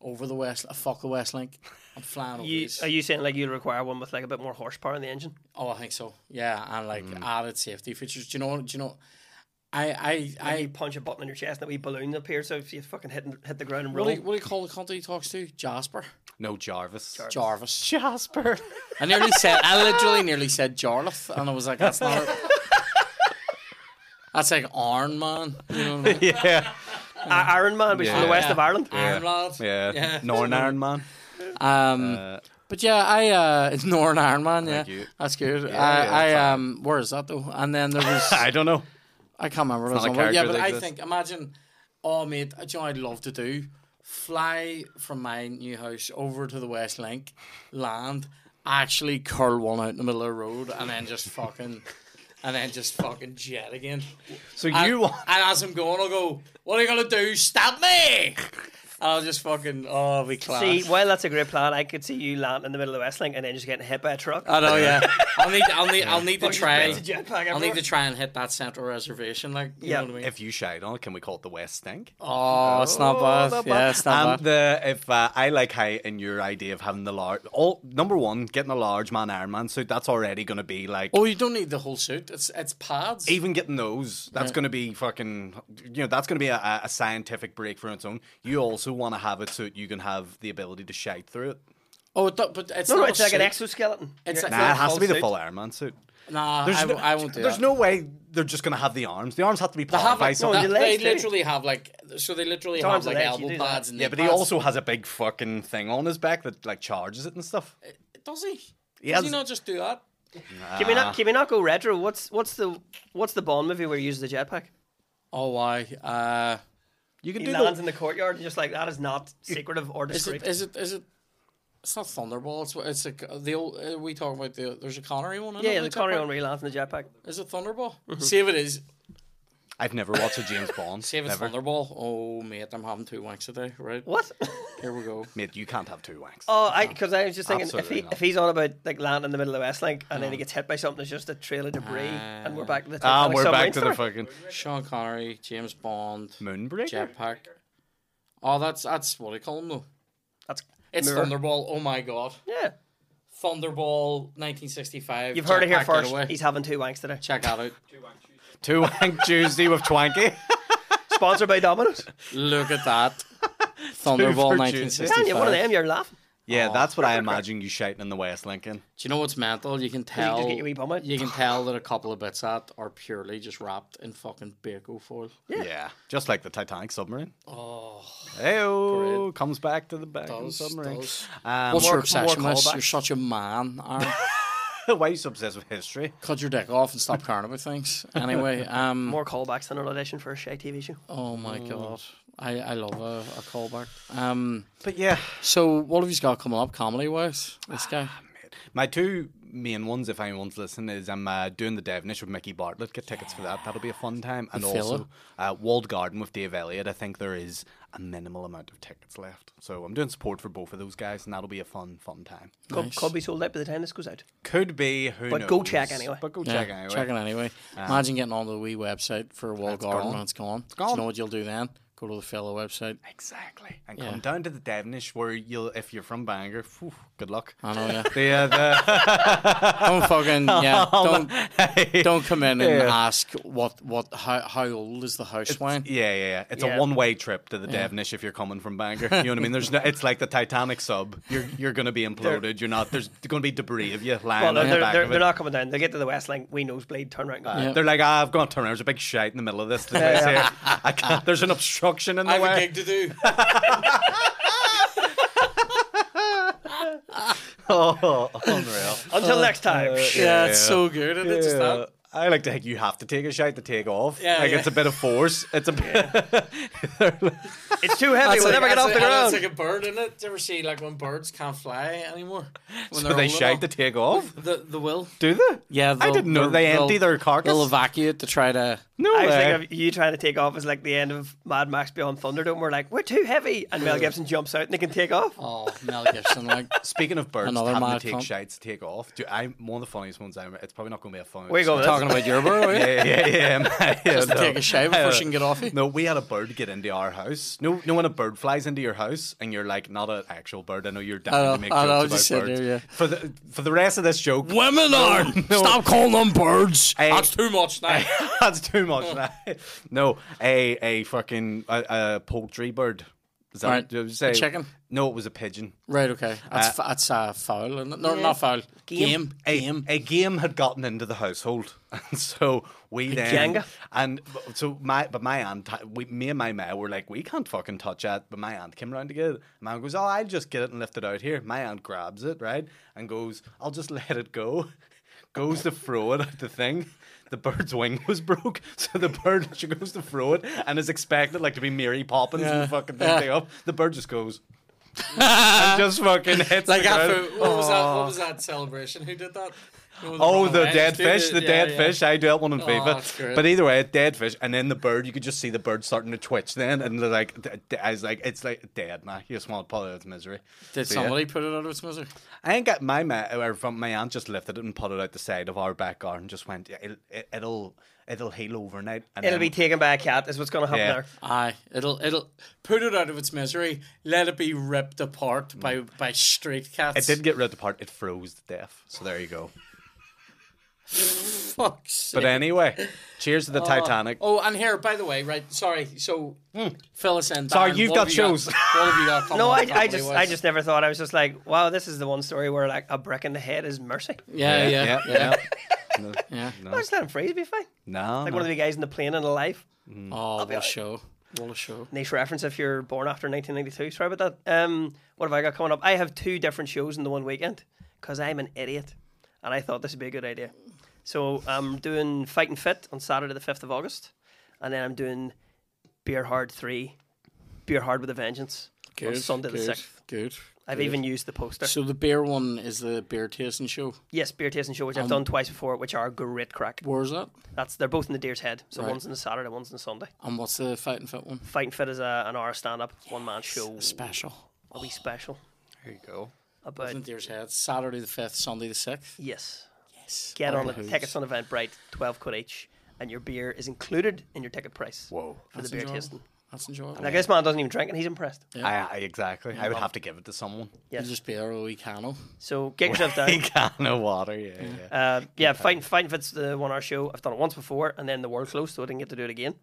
Speaker 1: over the west. I fuck the West Link. I'm flying over.
Speaker 3: You,
Speaker 1: these.
Speaker 3: are you saying like you require one with like a bit more horsepower in the engine?
Speaker 1: Oh, I think so. Yeah, and like
Speaker 2: Hmm.
Speaker 1: added safety features. Do you know? what- Do you know? I I
Speaker 3: I
Speaker 1: I.
Speaker 3: you punch a button in your chest and a wee balloon appears. So if you fucking hit and- hit the ground and
Speaker 1: What do,
Speaker 3: roll,
Speaker 1: you, what do you call the cunt that he talks to? Jasper,
Speaker 2: No Jarvis.
Speaker 1: Jarvis.
Speaker 2: Jasper.
Speaker 1: I nearly said. I literally nearly said Jarlath, and I was like, that's not. it. That's like Iron Man, you know, what I mean? (laughs)
Speaker 2: (laughs) yeah.
Speaker 3: I- Iron Man, but he's from
Speaker 2: Yeah.
Speaker 3: (laughs) the west of Ireland.
Speaker 1: Iron Lad.
Speaker 2: Yeah.
Speaker 1: Yeah.
Speaker 2: Northern Iron Man.
Speaker 1: Um,
Speaker 2: Uh, (laughs)
Speaker 1: but yeah, I uh, (laughs) it's Northern Iron Man. Yeah,
Speaker 2: Thank you.
Speaker 1: that's good.
Speaker 2: Yeah,
Speaker 1: I,
Speaker 2: yeah,
Speaker 1: I
Speaker 2: it's fine.
Speaker 1: um, where is that though? And then there was
Speaker 2: I don't know.
Speaker 1: I can't remember. What it
Speaker 2: It's
Speaker 1: was
Speaker 2: not
Speaker 1: on.
Speaker 2: a
Speaker 1: but Yeah,
Speaker 2: character
Speaker 1: but
Speaker 2: that
Speaker 1: I
Speaker 2: exists.
Speaker 1: think imagine. Oh mate, do you know what I'd love to do? Fly from my new house over to the West Link, land, actually curl one out in the middle of the road, and then just fucking, and then just fucking jet again.
Speaker 2: So
Speaker 1: And,
Speaker 2: you want
Speaker 1: (laughs) and as I'm going, I'll go. What are you gonna do? Stab me! And I'll just fucking oh, we class.
Speaker 3: See, while that's a great plan, I could see you land in the middle of Westlink and then just getting hit by a truck.
Speaker 1: I know, yeah. I'll need, I'll need, I'll need to
Speaker 3: Fucking
Speaker 1: try.
Speaker 3: spreads a jetpack
Speaker 1: I'll need
Speaker 3: everywhere.
Speaker 1: to try and hit that central reservation. Like, you
Speaker 3: Yeah.
Speaker 1: know what I mean?
Speaker 2: if you shite on it, can we call it the West Stink?
Speaker 1: oh, it's not bad. Yeah, it's not
Speaker 2: Um,
Speaker 1: bad.
Speaker 2: the if uh, I like how in your idea of having the large, all number one, getting a large man Iron Man suit, that's already going to be like
Speaker 1: Oh, you don't need the whole suit. It's it's pads.
Speaker 2: even getting those, that's going to be fucking, you know, that's going to be a- a, a scientific breakthrough on its own. You also want to have it so that you can have the ability to shite through it.
Speaker 1: oh, it don't- but it's
Speaker 3: No, no,
Speaker 1: not a
Speaker 3: it's like an
Speaker 1: suit.
Speaker 3: exoskeleton.
Speaker 1: It's
Speaker 3: You're-
Speaker 1: a-
Speaker 2: Nah, it has to be the
Speaker 3: suit.
Speaker 2: full Iron Man suit.
Speaker 1: Nah,
Speaker 2: There's
Speaker 1: I,
Speaker 2: no,
Speaker 1: w- I won't do
Speaker 2: There's
Speaker 1: that.
Speaker 2: no way they're just going to have the arms. The arms have to be
Speaker 1: They
Speaker 2: powered
Speaker 1: have
Speaker 2: by
Speaker 1: like, no,
Speaker 2: someone.
Speaker 1: they,
Speaker 3: Your legs,
Speaker 1: they
Speaker 3: too.
Speaker 1: literally have like so they literally
Speaker 3: Don't
Speaker 1: have
Speaker 3: have
Speaker 1: like
Speaker 3: legs, you
Speaker 1: elbow
Speaker 3: do that.
Speaker 1: pads and
Speaker 2: yeah,
Speaker 1: knee
Speaker 2: but he
Speaker 1: pads.
Speaker 2: also has a big fucking thing on his back that like charges it and stuff.
Speaker 1: Uh, does he?
Speaker 2: He
Speaker 1: does
Speaker 2: has-
Speaker 1: he not just do that?
Speaker 3: Can we not? Can we not go retro? What's what's the what's the Bond movie where he uses the jetpack?
Speaker 1: Oh, why? Uh,
Speaker 2: You can
Speaker 3: He
Speaker 2: do
Speaker 3: lands
Speaker 2: the,
Speaker 3: in the courtyard and just like that is not secretive or
Speaker 1: is
Speaker 3: discreet.
Speaker 1: it? Is it? Is it? It's not Thunderball. It's it's a, the old. Uh, we talking about the. There's a Connery one. isn't
Speaker 3: yeah,
Speaker 1: it,
Speaker 3: yeah, the
Speaker 1: with jetpack?
Speaker 3: Connery one Mm-hmm. where he lands in the jetpack.
Speaker 1: Is it Thunderball? See if it is.
Speaker 2: I've never watched a James
Speaker 1: (laughs)
Speaker 2: Bond.
Speaker 1: See if it's
Speaker 2: never.
Speaker 1: Thunderball. Oh mate, I'm having two wanks a day. Right
Speaker 3: (laughs) What?
Speaker 1: here we go.
Speaker 2: Mate, you can't have two wanks.
Speaker 3: oh, I because I was just thinking if
Speaker 2: Absolutely
Speaker 3: he
Speaker 2: not.
Speaker 3: if he's on about like landing in the middle of Westlink and then he gets hit by something, it's just a trail of debris and we're back to the
Speaker 2: Ah,
Speaker 3: Titanic
Speaker 2: we're back
Speaker 3: submarine
Speaker 2: to the
Speaker 3: story.
Speaker 2: fucking
Speaker 1: Sean Connery, James Bond,
Speaker 2: Moonbreaker.
Speaker 1: jetpack. Oh, that's that's what I call him though.
Speaker 3: That's
Speaker 1: It's
Speaker 3: mirror.
Speaker 1: Thunderball. Oh my god,
Speaker 3: Yeah,
Speaker 1: Thunderball, 1965.
Speaker 3: you've heard it here
Speaker 1: Jetpack
Speaker 3: first.
Speaker 1: Getaway.
Speaker 3: He's having two wanks today.
Speaker 1: Check that out.
Speaker 2: Two wank Tuesday with Twanky. (laughs)
Speaker 3: Sponsored by Domino's. (laughs)
Speaker 1: Look at that. Thunderball
Speaker 2: Tuesday.
Speaker 3: Yeah, one of
Speaker 1: 1965.
Speaker 3: them. You're laughing.
Speaker 2: (laughs) Yeah, that's what I imagine you shouting in the West Lincoln.
Speaker 1: Do you know what's mental? You can
Speaker 3: You
Speaker 1: tell.
Speaker 3: just get your wee bum out.
Speaker 1: you can tell that a couple of bits of that are purely just wrapped in fucking bacon foil.
Speaker 2: Yeah. just like the Titanic submarine. Oh, hey, comes back to the back of the
Speaker 1: Does,
Speaker 2: submarine.
Speaker 1: does.
Speaker 2: Um,
Speaker 1: What's your
Speaker 3: more
Speaker 1: obsession with?
Speaker 3: callbacks.
Speaker 1: You're such a man.
Speaker 3: (laughs)
Speaker 1: Aaron.
Speaker 2: (laughs) why are you so obsessed with history?
Speaker 1: Cut your dick off and stop caring about things.
Speaker 3: (laughs)
Speaker 1: Anyway, um,
Speaker 3: More callbacks than an audition for a shy TV show.
Speaker 1: oh my god, I, I love a, a callback. Um,
Speaker 2: But yeah,
Speaker 1: so what have you got coming up comedy wise? This guy.
Speaker 2: my two main ones, if anyone's listening, is I'm uh, doing the Devonish with Mickey Bartlett. Get tickets for that. That'll be a fun time. And
Speaker 1: fella.
Speaker 2: also uh, Walled Garden with Dave Elliott. I think there is a minimal amount of tickets left, so I'm doing support for both of those guys, and that'll be a fun, fun time.
Speaker 3: Could, could be sold out by the time this goes out.
Speaker 2: Could be who
Speaker 3: But go
Speaker 2: knows.
Speaker 3: check anyway.
Speaker 2: But go
Speaker 1: Yeah,
Speaker 2: check anyway.
Speaker 1: Check it anyway. Imagine getting onto the wee website for a wall garden
Speaker 2: gone.
Speaker 1: and it's gone. It's Do
Speaker 2: gone.
Speaker 1: you know what you'll do then? Go to the fellow website.
Speaker 2: Exactly. And
Speaker 1: Yeah.
Speaker 2: come down to the Devonish where you'll, if you're from Bangor, phew, good luck.
Speaker 1: I know, yeah.
Speaker 2: (laughs) The, uh,
Speaker 1: don't
Speaker 2: the,
Speaker 1: fucking yeah. Don't
Speaker 2: Hey.
Speaker 1: don't come in and
Speaker 2: Yeah.
Speaker 1: ask what what how, how old is the house wine?
Speaker 2: yeah, yeah, yeah. It's
Speaker 3: Yeah.
Speaker 2: a one-way trip to the Devonish if you're coming from Bangor. You know what I mean? There's no, it's like the Titanic sub. You're you're gonna be imploded. You're not. There's going to be debris of you
Speaker 3: Well,
Speaker 2: lying
Speaker 3: they're,
Speaker 2: on the
Speaker 3: they're,
Speaker 2: back
Speaker 3: they're,
Speaker 2: of it.
Speaker 3: they're not coming down. They get to the West Link, we nosebleed, turn around and go.
Speaker 2: Uh,
Speaker 1: Yeah.
Speaker 2: They're like, ah, I've gone to turn around. There's a big shite in the middle of this. place here. I can't, there's an obstruction in the way.
Speaker 1: to do.
Speaker 2: Oh, unreal.
Speaker 3: Until next time.
Speaker 1: yeah, it's so good. And it's just
Speaker 2: Yeah.
Speaker 1: that.
Speaker 2: I like to think you have to take a shite to take off.
Speaker 1: Yeah,
Speaker 2: like
Speaker 1: yeah.
Speaker 2: it's a bit of force. It's a bit.
Speaker 3: It's too heavy. We'll never get off the ground.
Speaker 1: like a bird in it. Do you ever see like when birds can't fly anymore? When
Speaker 2: But they shite to take off.
Speaker 1: the the will.
Speaker 2: Do they?
Speaker 1: Yeah,
Speaker 2: I
Speaker 1: they'll-
Speaker 2: didn't know
Speaker 1: they'll-
Speaker 2: they
Speaker 1: they'll-
Speaker 2: empty their carcass.
Speaker 1: They'll evacuate to try to.
Speaker 2: no
Speaker 3: I was
Speaker 2: way.
Speaker 3: thinking of you trying to take off as like the end of Mad Max Beyond Thunderdome. We're like, we're too heavy, and Mel Gibson jumps out and they can take off.
Speaker 1: Oh, Mel Gibson,
Speaker 2: (laughs)
Speaker 1: like
Speaker 2: Speaking of birds
Speaker 1: Another
Speaker 2: having to
Speaker 1: mad
Speaker 2: take
Speaker 1: cunt.
Speaker 2: shites to take off, do I one of the funniest ones I remember. It's probably not going to be a fun.
Speaker 3: Where you going with
Speaker 1: talking
Speaker 3: this?
Speaker 1: about your bird. are you?
Speaker 2: Yeah,
Speaker 1: (laughs)
Speaker 2: yeah, yeah. man. Yeah,
Speaker 1: Just to
Speaker 2: no.
Speaker 1: take a shower before she can get off you.
Speaker 2: No, we had a bird get into our house. No, no, when a bird flies into your house and you're like, not an actual bird. I know you're down
Speaker 1: I know,
Speaker 2: to make
Speaker 1: I
Speaker 2: jokes
Speaker 1: know, Oh, I
Speaker 2: about
Speaker 1: was just
Speaker 2: birds.
Speaker 1: sitting there, yeah.
Speaker 2: For the for the rest of this joke,
Speaker 1: Women are. Stop calling them birds.
Speaker 2: Hey.
Speaker 1: That's too much now.
Speaker 2: (laughs) That's too much.
Speaker 1: Oh.
Speaker 2: right? no, a a fucking a, a poultry bird. Is that
Speaker 1: Right.
Speaker 2: did you say?
Speaker 1: A chicken?
Speaker 2: No, it was a pigeon.
Speaker 1: Right, okay. That's, uh, that's uh, foul. isn't it? No, not foul. Game.
Speaker 2: A,
Speaker 1: Game.
Speaker 2: a game had gotten into the household, (laughs) and so we then
Speaker 3: Jenga?
Speaker 2: and so my but my aunt, we, me and my mate were like, we can't fucking touch that. But my aunt came around to get it. My aunt goes, oh, I'll just get it and lift it out here. My aunt grabs it right and goes, I'll just (laughs) let it go. Goes to throw it at the thing. The bird's wing was broke, (laughs) so the bird she goes to throw it and is expected like to be Mary Poppins and
Speaker 1: Yeah.
Speaker 2: fucking thing
Speaker 1: Yeah.
Speaker 2: up. The bird just goes. (laughs) and just fucking hits
Speaker 1: Like
Speaker 2: the ground.
Speaker 1: after, what was that? What was that celebration? Who did that?
Speaker 2: Oh, the dead fish, the dead fish. I dealt one in
Speaker 1: Oh, that's
Speaker 2: FIFA.
Speaker 1: great.
Speaker 2: But either way, dead fish, and then the bird. You could just see the bird starting to twitch then, and they're like, th- th- I was like, it's like dead, man. You just want to pull it out of its misery.
Speaker 1: Did
Speaker 2: So, yeah.
Speaker 1: somebody put it out of its misery?
Speaker 2: I ain't got my ma- or from my aunt just lifted it and put it out the side of our back garden. Just went, "Yeah, it'll it, it'll it'll heal overnight. And
Speaker 3: It'll
Speaker 2: then-
Speaker 3: be taken by a cat. Is what's going to happen
Speaker 2: Yeah.
Speaker 3: there.
Speaker 1: Aye, it'll it'll put it out of its misery. Let it be ripped apart by by street
Speaker 2: It
Speaker 1: cats.
Speaker 2: did get ripped apart. It froze to death. So there you
Speaker 1: (laughs)
Speaker 2: go.
Speaker 1: Fuck's
Speaker 2: But anyway, cheers to the Titanic.
Speaker 1: Oh, and here, by the way, right? Sorry. So,
Speaker 3: Hmm.
Speaker 1: fill us in.
Speaker 2: Sorry,
Speaker 1: Darren,
Speaker 2: you've
Speaker 1: what
Speaker 2: got
Speaker 1: have you (laughs)
Speaker 2: shows.
Speaker 1: what have you got? coming
Speaker 3: No,
Speaker 1: up
Speaker 3: I, I just,
Speaker 1: comedy-wise?
Speaker 3: I just never thought. I was just like, wow, this is the one story where like a brick in the head is mercy.
Speaker 1: Yeah, yeah, yeah, (laughs) yeah.
Speaker 2: No,
Speaker 3: I just let him freeze. Be fine.
Speaker 2: no,
Speaker 3: Like one of the guys in the plane and alive.
Speaker 1: Oh, what a
Speaker 3: like-
Speaker 1: show! What a show!
Speaker 3: Nice reference if you're born after 1992. Sorry about that. Um, what have I got coming up? I have two different shows in the one weekend because I'm an idiot and I thought this would be a good idea. So I'm doing Fight and Fit on Saturday, the 5th of August, and then I'm doing Beer Hard 3, Beer Hard with a Vengeance on Sunday,
Speaker 1: good,
Speaker 3: the 6th.
Speaker 1: Good.
Speaker 3: I've even used the poster.
Speaker 1: So the beer one is the beer tasting show.
Speaker 3: yes, Beer Tasting Show, which
Speaker 1: um,
Speaker 3: I've done twice before, which are great crack.
Speaker 1: Where's that?
Speaker 3: That's They're both in the Deer's Head. So
Speaker 1: Right.
Speaker 3: one's on the Saturday, one's on the Sunday.
Speaker 1: And what's the fight and fit one?
Speaker 3: Fight and Fit is a, an hour stand up, one man show.
Speaker 1: Special.
Speaker 3: A wee special
Speaker 2: There you go.
Speaker 3: about
Speaker 1: In Deer's Head, Saturday the fifth, Sunday the sixth.
Speaker 3: Yes.
Speaker 1: Yes.
Speaker 3: Get on it.
Speaker 1: Hooves.
Speaker 3: Tickets on Eventbrite, 12 quid each. And your beer is included in your ticket price
Speaker 2: Whoa.
Speaker 3: for the beer
Speaker 1: enjoyable.
Speaker 3: tasting.
Speaker 1: That's enjoyable.
Speaker 3: Like, this man doesn't even drink and he's impressed.
Speaker 2: I, I, exactly. I would have to give it to someone.
Speaker 1: You'll just be there all week, Hanno.
Speaker 3: So
Speaker 2: (laughs)
Speaker 3: get yourself
Speaker 2: A
Speaker 3: down.
Speaker 2: can of water, yeah. yeah.
Speaker 3: Uh, yeah, Fighting Fighting Fit's the one hour show. I've done it once before and then the world closed, so I didn't get to do it again.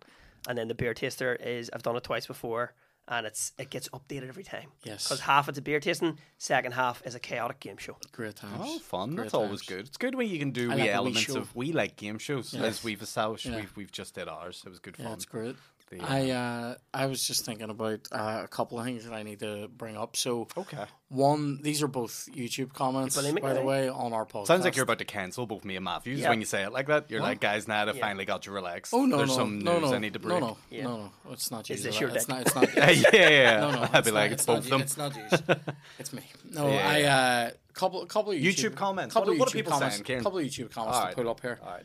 Speaker 3: And then the beer taster is, I've done it twice before and it's it gets updated every time.
Speaker 1: Yes.
Speaker 3: Because half it's a beer tasting, second half is a chaotic game show.
Speaker 1: Great times.
Speaker 2: Oh, fun!
Speaker 1: Great
Speaker 2: That's
Speaker 1: times.
Speaker 2: always good. It's good when you can do
Speaker 1: I like
Speaker 2: wee
Speaker 1: a wee
Speaker 2: elements
Speaker 1: show.
Speaker 2: of we like game shows
Speaker 1: Yes.
Speaker 2: as we've established.
Speaker 1: Yeah.
Speaker 2: We've we've just did ours. It was good fun.
Speaker 1: Yeah, it's great.
Speaker 2: The,
Speaker 1: I uh, I was just thinking about uh, a couple of things that I need to bring up. So
Speaker 2: Okay.
Speaker 1: one, these are both YouTube comments,
Speaker 3: You believe it,
Speaker 1: by the
Speaker 3: eh?
Speaker 1: way, on our podcast.
Speaker 2: Sounds like you're about to cancel both me and Matthew. just
Speaker 3: Yeah.
Speaker 2: When you say it like that, you're like, guys, now I finally got you relaxed.
Speaker 1: Oh no,
Speaker 2: There's
Speaker 1: no,
Speaker 2: some
Speaker 1: no,
Speaker 2: news
Speaker 1: no,
Speaker 2: I need to
Speaker 1: no,
Speaker 2: break.
Speaker 1: no, no, no, it's not you.
Speaker 3: Is this
Speaker 1: Zola.
Speaker 3: your
Speaker 1: it's
Speaker 3: dick?
Speaker 1: not. It's not.
Speaker 2: (laughs) yeah, yeah, yeah.
Speaker 1: (laughs) No, no,
Speaker 2: I'd be
Speaker 1: it's
Speaker 2: like,
Speaker 1: not,
Speaker 2: it's
Speaker 1: not
Speaker 2: both of
Speaker 1: you,
Speaker 2: them.
Speaker 1: It's not
Speaker 2: (laughs)
Speaker 1: you. It's me. No,
Speaker 2: Yeah,
Speaker 1: I uh, couple couple of YouTube,
Speaker 2: YouTube comments.
Speaker 1: Couple
Speaker 2: What-
Speaker 1: of
Speaker 2: what are
Speaker 1: YouTube
Speaker 2: people
Speaker 1: comments.
Speaker 2: saying, Kieran?
Speaker 1: Couple of YouTube comments
Speaker 2: All
Speaker 1: to
Speaker 2: right.
Speaker 1: pull up here.
Speaker 2: All right,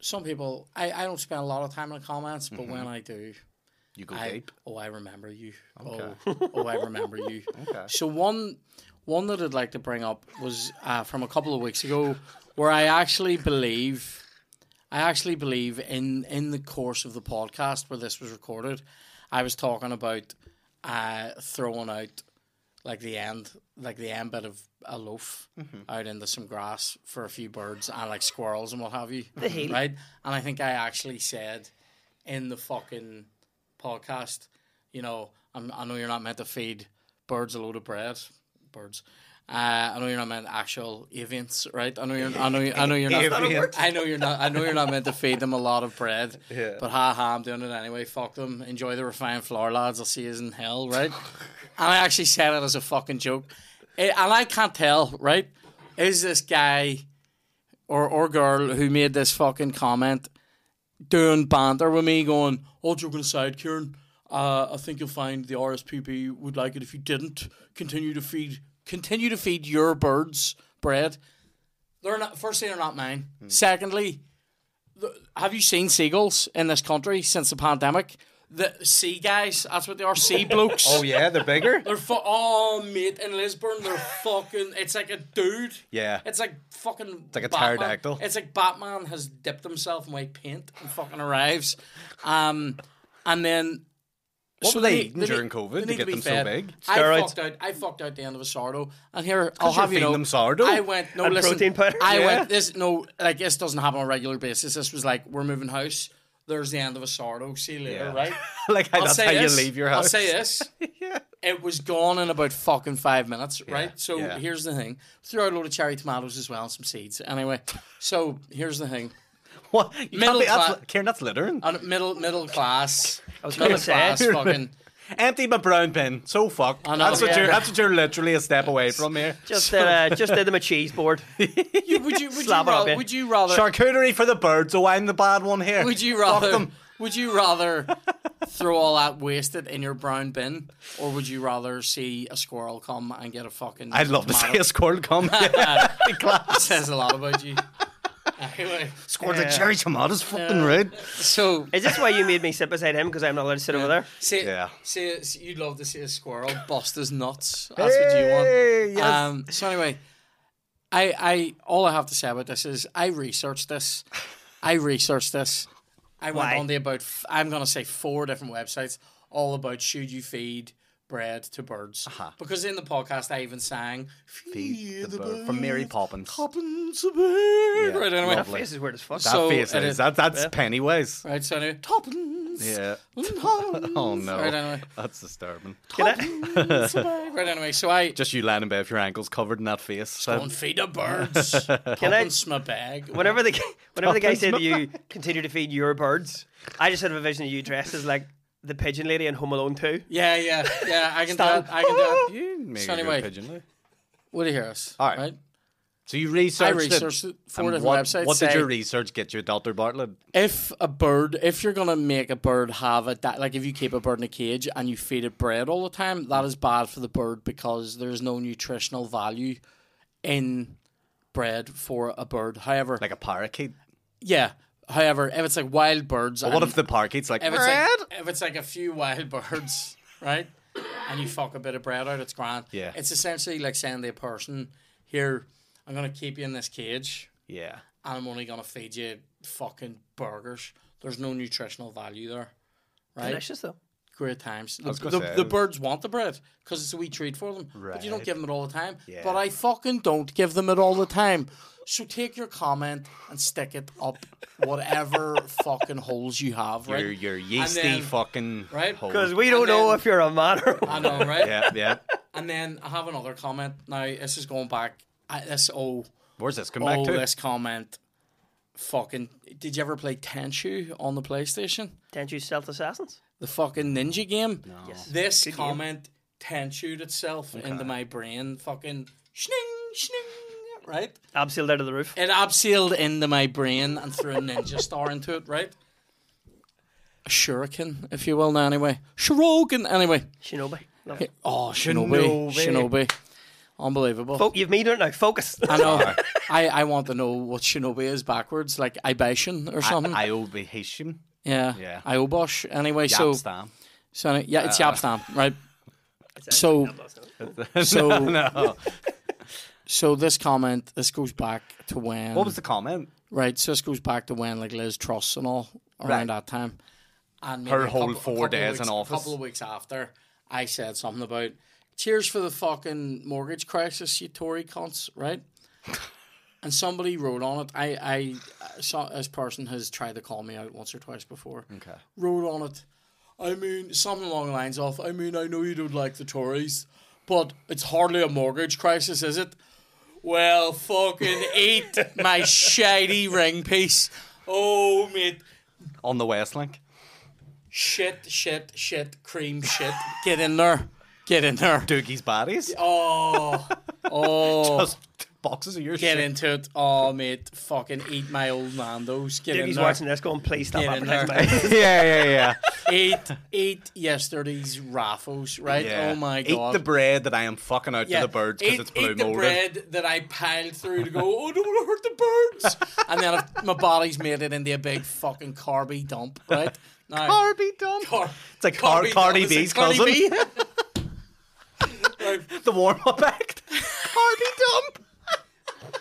Speaker 1: Some people, I, I don't spend a lot of time on comments, but
Speaker 2: Mm-hmm.
Speaker 1: when I do,
Speaker 2: you go
Speaker 1: I,
Speaker 2: deep.
Speaker 1: oh, I remember you. Oh, oh, I remember you.
Speaker 2: (laughs) Okay.
Speaker 1: So one one that I'd like to bring up was uh, from a couple of weeks ago, where I actually believe, I actually believe in in the course of the podcast where this was recorded, I was talking about uh, throwing out like the end, like the end bit of a loaf
Speaker 2: Mm-hmm.
Speaker 1: out into some grass for a few birds and like squirrels and what have you,
Speaker 3: heel.
Speaker 1: right? And I think I actually said in the fucking podcast, you know, I'm, I know you're not meant to feed birds a load of bread, birds. Uh, I know you're not meant actual avians, right? I know you're. I know. You, I know you're
Speaker 2: Avians.
Speaker 1: not. I know you're not. I know you're not meant to feed them a lot of bread. Yeah. But ha ha, I'm doing it anyway. Fuck them. Enjoy the refined flour, lads. I'll see you in hell, right? and I actually said it as a fucking joke, Eh, and I can't tell, right? Is this guy or or girl who made this fucking comment doing banter with me, going, "All joking aside, Kieran, uh, I think you'll find the RSPB would like it if you didn't continue to feed continue to feed your birds bread. They're not. Firstly, they're not mine. Secondly, the, have you seen seagulls in this country since the pandemic? The sea guys, that's what they are, sea blokes.
Speaker 2: Oh yeah, they're bigger.
Speaker 1: They're fu- oh mate in Lisburn
Speaker 2: (laughs)
Speaker 1: they're fucking it's like a dude
Speaker 2: Yeah.
Speaker 1: it's like fucking it's
Speaker 2: like a pterodactyl.
Speaker 1: it's like Batman has dipped himself in white paint and fucking arrives um and then
Speaker 2: What
Speaker 1: so
Speaker 2: were they
Speaker 1: need-
Speaker 2: eating
Speaker 1: need-
Speaker 2: during COVID
Speaker 1: they
Speaker 2: to
Speaker 1: need
Speaker 2: get
Speaker 1: be
Speaker 2: them so
Speaker 1: fed.
Speaker 2: big?
Speaker 1: I
Speaker 3: Steroids.
Speaker 1: fucked out I fucked out the end of a sourdough and here I'll
Speaker 2: you're
Speaker 1: have you
Speaker 2: feeding
Speaker 1: know
Speaker 2: them sourdough?
Speaker 1: I went no
Speaker 3: And
Speaker 1: listen
Speaker 3: protein powder.
Speaker 1: I
Speaker 2: Yeah.
Speaker 1: went this no like this doesn't happen on a regular basis this was like we're moving house there's the end of a sourdough see you later
Speaker 2: Yeah. (laughs)
Speaker 1: right
Speaker 2: (laughs) like
Speaker 1: I'll
Speaker 2: that's
Speaker 1: say
Speaker 2: how
Speaker 1: this.
Speaker 2: you leave your house.
Speaker 1: I'll say this. It was gone in about fucking five minutes, right? So
Speaker 2: yeah.
Speaker 1: here's the thing. Threw out a load of cherry tomatoes as well and some seeds. Anyway, so here's the thing.
Speaker 2: (laughs) What? You can't
Speaker 1: Middle
Speaker 2: be, that's,
Speaker 1: cla-
Speaker 2: li- Kieran, that's littering.
Speaker 1: On middle middle
Speaker 2: (laughs)
Speaker 1: class. I
Speaker 3: was
Speaker 1: middle
Speaker 3: gonna say.
Speaker 1: class fucking
Speaker 2: Empty my brown bin. So fucked.
Speaker 1: know,
Speaker 2: That's what
Speaker 1: yeah.
Speaker 2: you're. That's what you're literally a step away from
Speaker 1: (laughs)
Speaker 2: here.
Speaker 3: Just did, uh, just did them a cheese board.
Speaker 1: you, would you would you,
Speaker 3: Slap it up,
Speaker 1: rather,
Speaker 3: yeah.
Speaker 1: would you rather
Speaker 2: Charcuterie for the birds. Oh, I'm the bad one here.
Speaker 1: would you
Speaker 2: Fuck
Speaker 1: rather
Speaker 2: them.
Speaker 1: would you rather throw all that wasted in your brown bin or would you rather see a squirrel come and get a fucking
Speaker 2: I'd love to
Speaker 1: tomato?
Speaker 2: see a
Speaker 1: (laughs)
Speaker 2: squirrel come. Yeah. (laughs) Class.
Speaker 1: says a lot about you. anyway.
Speaker 2: Squirrel's like
Speaker 3: Yeah.
Speaker 2: cherry tomatoes, fucking red.
Speaker 1: So
Speaker 3: Is this why you made me sit beside him? Because I'm not allowed to sit over there.
Speaker 1: See,
Speaker 2: Yeah.
Speaker 1: see, see- you'd love to see a
Speaker 2: (laughs)
Speaker 1: squirrel bust his nuts. That's what you want.
Speaker 2: Hey, yes.
Speaker 1: Um, so anyway, I, I, all I have to say about this is I researched this. I researched this. I went
Speaker 3: Why?
Speaker 1: on the about. F- I'm going to say four different websites all about should you feed bread to birds? Because in the podcast, I even sang
Speaker 2: Uh-huh. Feed the bird from Mary Poppins.
Speaker 1: Poppins a bird."
Speaker 2: Yeah,
Speaker 1: Right. Anyway.
Speaker 2: lovely.
Speaker 3: This is weird as fuck.
Speaker 2: That
Speaker 1: So,
Speaker 2: face
Speaker 1: it
Speaker 2: is,
Speaker 1: is-
Speaker 2: that, that's Pennywise.
Speaker 1: Right. So anyway, Toppins.
Speaker 2: Yeah. (laughs) Oh
Speaker 1: Oh
Speaker 2: no,
Speaker 1: Right.
Speaker 2: (laughs)
Speaker 1: Anyway.
Speaker 2: that's disturbing.
Speaker 1: Toppins a bird. Right. Anyway. So I.
Speaker 2: Just you lying in bed with your ankles covered in that face. That-
Speaker 1: Don't
Speaker 2: (laughs)
Speaker 1: feed the birds. Can
Speaker 3: I-
Speaker 1: my bag?
Speaker 3: Whenever the whenever the guy
Speaker 2: Dolphins
Speaker 3: said
Speaker 2: not
Speaker 3: to you
Speaker 1: (laughs)
Speaker 3: continue to feed your birds, I just had a vision of you dressed as like the pigeon lady in Home Alone 2.
Speaker 1: Yeah, yeah, yeah. I can do
Speaker 3: Stand-
Speaker 1: that. I can
Speaker 2: (laughs)
Speaker 1: do that.
Speaker 2: you make
Speaker 1: So
Speaker 2: a good
Speaker 1: anyway.
Speaker 2: pigeon. though.
Speaker 1: Would you hear us?
Speaker 2: All right. So you researched.
Speaker 1: I
Speaker 2: it.
Speaker 1: researched it. four
Speaker 2: And
Speaker 1: different
Speaker 2: what,
Speaker 1: websites.
Speaker 2: What did
Speaker 1: say
Speaker 2: your research get you, Doctor Bartlett?
Speaker 1: if a bird, if you're gonna make a bird have a di- like, if you keep a bird in a cage and you feed it bread all the time, that is bad for the bird because there's no nutritional value in bread for a bird. However,
Speaker 2: Like a parakeet.
Speaker 1: yeah. However, if it's like wild birds,
Speaker 2: What
Speaker 1: and-
Speaker 2: if the parakeet's like
Speaker 1: If it's, like,
Speaker 2: "Bread?"
Speaker 1: if it's like a few wild (laughs) birds, right? And you fuck a bit of bread out, it's grand.
Speaker 2: Yeah.
Speaker 1: It's essentially like saying to a person, here, I'm going to keep you in this cage
Speaker 2: Yeah.
Speaker 1: and I'm only going to feed you fucking burgers. There's no nutritional value there. Right?
Speaker 3: Delicious though.
Speaker 1: great times. The,
Speaker 2: was
Speaker 1: the,
Speaker 2: gonna say,
Speaker 1: the
Speaker 2: it was-
Speaker 1: birds want the bread because it's a wee treat for them. But you don't
Speaker 2: Right.
Speaker 1: give them it all the time.
Speaker 2: Yeah.
Speaker 1: But I fucking don't give them it all the time. So take your comment and stick it up
Speaker 2: (laughs)
Speaker 1: whatever fucking holes you have, right?
Speaker 2: Your, your yeasty
Speaker 1: then-
Speaker 2: fucking
Speaker 1: right?
Speaker 2: hole.
Speaker 3: Because we don't
Speaker 1: And
Speaker 3: know
Speaker 1: then-
Speaker 3: if you're a man or
Speaker 1: I know, right?
Speaker 2: (laughs) yeah, yeah.
Speaker 1: And then I have another comment. Now this is going back. I, this oh
Speaker 2: Where's this come
Speaker 1: oh
Speaker 2: back to?
Speaker 1: this comment. Fucking, did you ever play Tenchu on the PlayStation?
Speaker 3: Didn't you stealth assassins?
Speaker 1: The fucking ninja game.
Speaker 3: Yes.
Speaker 1: This
Speaker 3: Good game.
Speaker 1: comment tensued itself into my brain. Fucking shning shning. Right.
Speaker 3: Abseiled out of the roof.
Speaker 1: It abseiled into my brain and threw a ninja star into it. Right. A shuriken, if you will. Now anyway, shuriken. Anyway.
Speaker 3: Shinobi.
Speaker 1: (laughs)
Speaker 3: Love it.
Speaker 1: Oh, Shinobi.
Speaker 2: Shinobi.
Speaker 1: Shinobi. Unbelievable.
Speaker 3: Fo- you've made it now. Focus.
Speaker 1: I
Speaker 3: (laughs)
Speaker 2: Oh.
Speaker 1: know. (laughs) I, I want to know what Shinobi is backwards, like Ibation or something.
Speaker 2: I- Iobi Hisham.
Speaker 1: yeah.
Speaker 2: yeah. Uh,
Speaker 1: Iobosh. Anyway, so,
Speaker 2: Yapstam.
Speaker 1: (laughs) so any- yeah, it's Yapstam, right? So so
Speaker 2: (laughs) no.
Speaker 1: so this comment this goes back to when
Speaker 2: What was the comment?
Speaker 1: right? So this goes back to when like Liz Truss and all around
Speaker 2: Right.
Speaker 1: that time, and maybe
Speaker 2: Her
Speaker 1: a
Speaker 2: whole
Speaker 1: couple- a
Speaker 2: four
Speaker 1: couple of
Speaker 2: days
Speaker 1: weeks,
Speaker 2: in office.
Speaker 1: A couple of weeks after, I said something about cheers for the fucking mortgage crisis, you Tory cunts,
Speaker 2: (laughs)
Speaker 1: right? And somebody wrote on it. I, I, I saw this person has tried to call me out once or twice before. Okay. Wrote on it. I mean, something along the lines of, I mean, I know you don't like the Tories, but it's hardly a mortgage crisis, is it? Well, fucking eat my shiny ring piece. Oh, mate.
Speaker 2: On the Westlink.
Speaker 1: Shit, shit, shit, cream shit. Get in there. Get in there.
Speaker 2: Doogie's bodies.
Speaker 1: Oh, oh.
Speaker 2: Just boxes of your
Speaker 1: Get
Speaker 2: shit.
Speaker 1: into it. Oh, mate. Fucking eat my old Nando's. Get in
Speaker 3: Doogie's
Speaker 1: there.
Speaker 3: watching this going, please stop
Speaker 1: Get in there.
Speaker 3: advertising my (laughs)
Speaker 2: (laughs) yeah, yeah,
Speaker 1: (laughs)
Speaker 2: yeah.
Speaker 1: Eat, eat yesterday's raffles, right?
Speaker 2: yeah.
Speaker 1: Oh, my
Speaker 2: Eat
Speaker 1: God.
Speaker 2: the bread that I am fucking out
Speaker 1: Yeah.
Speaker 2: to the birds because
Speaker 1: Eat-
Speaker 2: it's blue
Speaker 1: eat the
Speaker 2: molded.
Speaker 1: bread that I piled through to go, oh, I don't want to hurt the birds. and then I've- my body's made it into a big fucking carby dump, right? Now,
Speaker 2: Carby dumb.
Speaker 1: Car-
Speaker 2: it's like Car-
Speaker 1: Cardi
Speaker 2: Cardi
Speaker 1: Dump, is
Speaker 2: B's
Speaker 1: it Cardi
Speaker 2: cousin.
Speaker 1: B? (laughs) Like,
Speaker 2: the warm up
Speaker 1: (laughs)
Speaker 2: act. Carby dump.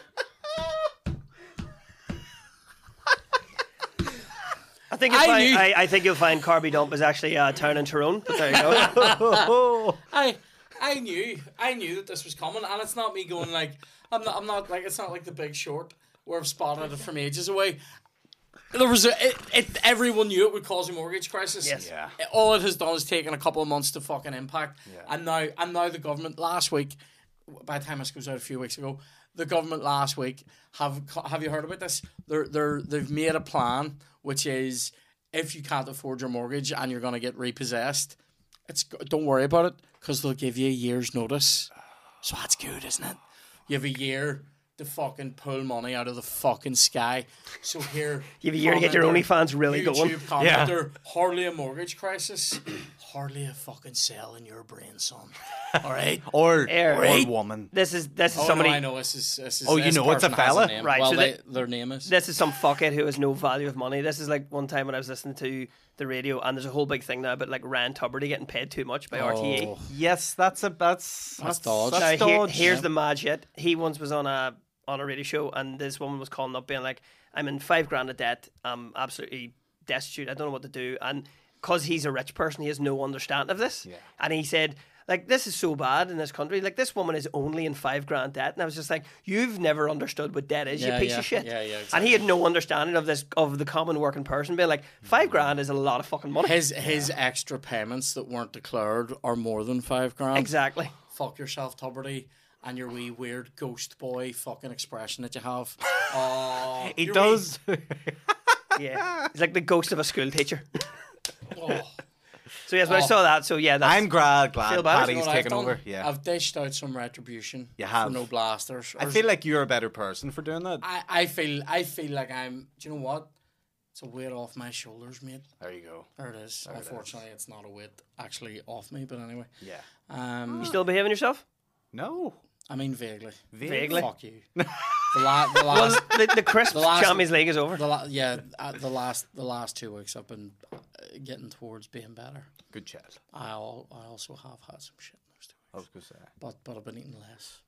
Speaker 3: I think you'll
Speaker 1: (laughs) I
Speaker 3: find,
Speaker 1: knew-
Speaker 3: I, I think you'll find Carby Dump is actually a town in Tyrone. But there you
Speaker 1: (laughs)
Speaker 3: go.
Speaker 1: I I knew I knew that this was coming, and it's not me going like I'm not I'm not like it's not like the Big Short where I've spotted it from ages away. There was a, it, it, everyone knew it would cause a mortgage crisis.
Speaker 3: Yes.
Speaker 2: Yeah.
Speaker 1: All it has done is taken a couple of months to fucking impact, and now and now the government last week, by the time this goes out a few weeks ago, the government last week have co- have you heard about this? They're they're they've made a plan which is if you can't afford your mortgage and you're going to get repossessed, it's go- don't worry about it because they'll give you a year's notice. So that's good, isn't it? You have a year to fucking pull money out of the fucking sky. So here,
Speaker 3: You have a year to get your
Speaker 1: commenter,
Speaker 3: OnlyFans really going.
Speaker 1: YouTube commenter, hardly a mortgage crisis, hardly a fucking cell in your brain,
Speaker 3: (laughs)
Speaker 1: son. All right.
Speaker 2: Or,
Speaker 3: Air.
Speaker 2: or
Speaker 3: Right.
Speaker 2: woman.
Speaker 3: This is this is
Speaker 1: Oh,
Speaker 3: somebody.
Speaker 1: no, I know this is. This is
Speaker 2: Oh, you
Speaker 1: this
Speaker 2: know it's a
Speaker 1: person has
Speaker 2: fella?
Speaker 1: name.
Speaker 3: Right,
Speaker 1: Well,
Speaker 3: so
Speaker 1: they,
Speaker 3: they-
Speaker 1: their name is.
Speaker 3: This is some fuckhead who has no value of money. This is like one time when I was listening to the radio, and there's a whole big thing now about like Ryan Tuberty getting paid too much by E. RTE.
Speaker 1: Oh,
Speaker 2: Yes, that's a that's
Speaker 1: That's dodge.
Speaker 3: Now,
Speaker 2: That's
Speaker 3: here-
Speaker 2: dodge.
Speaker 3: here's the mad shit. He once was on a on a radio show, and this woman was calling up, being like, "I'm in five grand of debt. I'm absolutely destitute. I don't know what to do." And because he's a rich person, he has no understanding of this. Yeah. And he said. Like this is so bad in this country. Like this woman is only in five grand debt, and I was just like, "You've never understood what debt is,
Speaker 1: Yeah,
Speaker 3: you piece
Speaker 1: yeah.
Speaker 3: of shit."
Speaker 1: Yeah, yeah,
Speaker 3: And he had no understanding of this of the common working person. Being like,
Speaker 1: Mm.
Speaker 3: five grand is a lot of fucking money.
Speaker 1: his his extra payments that weren't declared are more than five grand.
Speaker 3: exactly.
Speaker 1: fuck yourself, Tuberty, and your wee weird ghost boy fucking expression that you
Speaker 2: (laughs)
Speaker 1: have. Oh,
Speaker 2: He
Speaker 1: your
Speaker 2: does.
Speaker 3: Yeah, it's like the ghost of a school teacher. (laughs)
Speaker 1: wee- oh.
Speaker 3: So yes, when I saw that, so yeah, that's,
Speaker 2: (laughs) I'm glad glad
Speaker 3: Feel bad,
Speaker 1: You know what
Speaker 2: Patty's
Speaker 1: I've
Speaker 2: taken
Speaker 1: done?
Speaker 2: over. Yeah.
Speaker 1: I've dished out some retribution.
Speaker 2: You have.
Speaker 1: for no blasters.
Speaker 2: I
Speaker 1: Or-
Speaker 2: feel like you're a better person for doing that.
Speaker 1: I, I feel I feel like I'm. Do you know what? It's a weight off my shoulders, mate.
Speaker 2: There you go.
Speaker 1: There it is. Unfortunately, it's not a weight actually off me, but anyway.
Speaker 2: Yeah.
Speaker 1: Um,
Speaker 3: You still behaving yourself?
Speaker 2: No.
Speaker 1: I mean vaguely.
Speaker 3: Vaguely.
Speaker 1: Fuck
Speaker 2: (laughs)
Speaker 1: you. the, la- the last.
Speaker 3: the, the crisp
Speaker 1: last-
Speaker 3: Champions League is over.
Speaker 1: The la- yeah, uh, the last the last two weeks I've been uh, getting towards being better.
Speaker 2: Good chat.
Speaker 1: I al- I also have had some shit in those two weeks,
Speaker 2: I was gonna say.
Speaker 1: but but I've been eating less.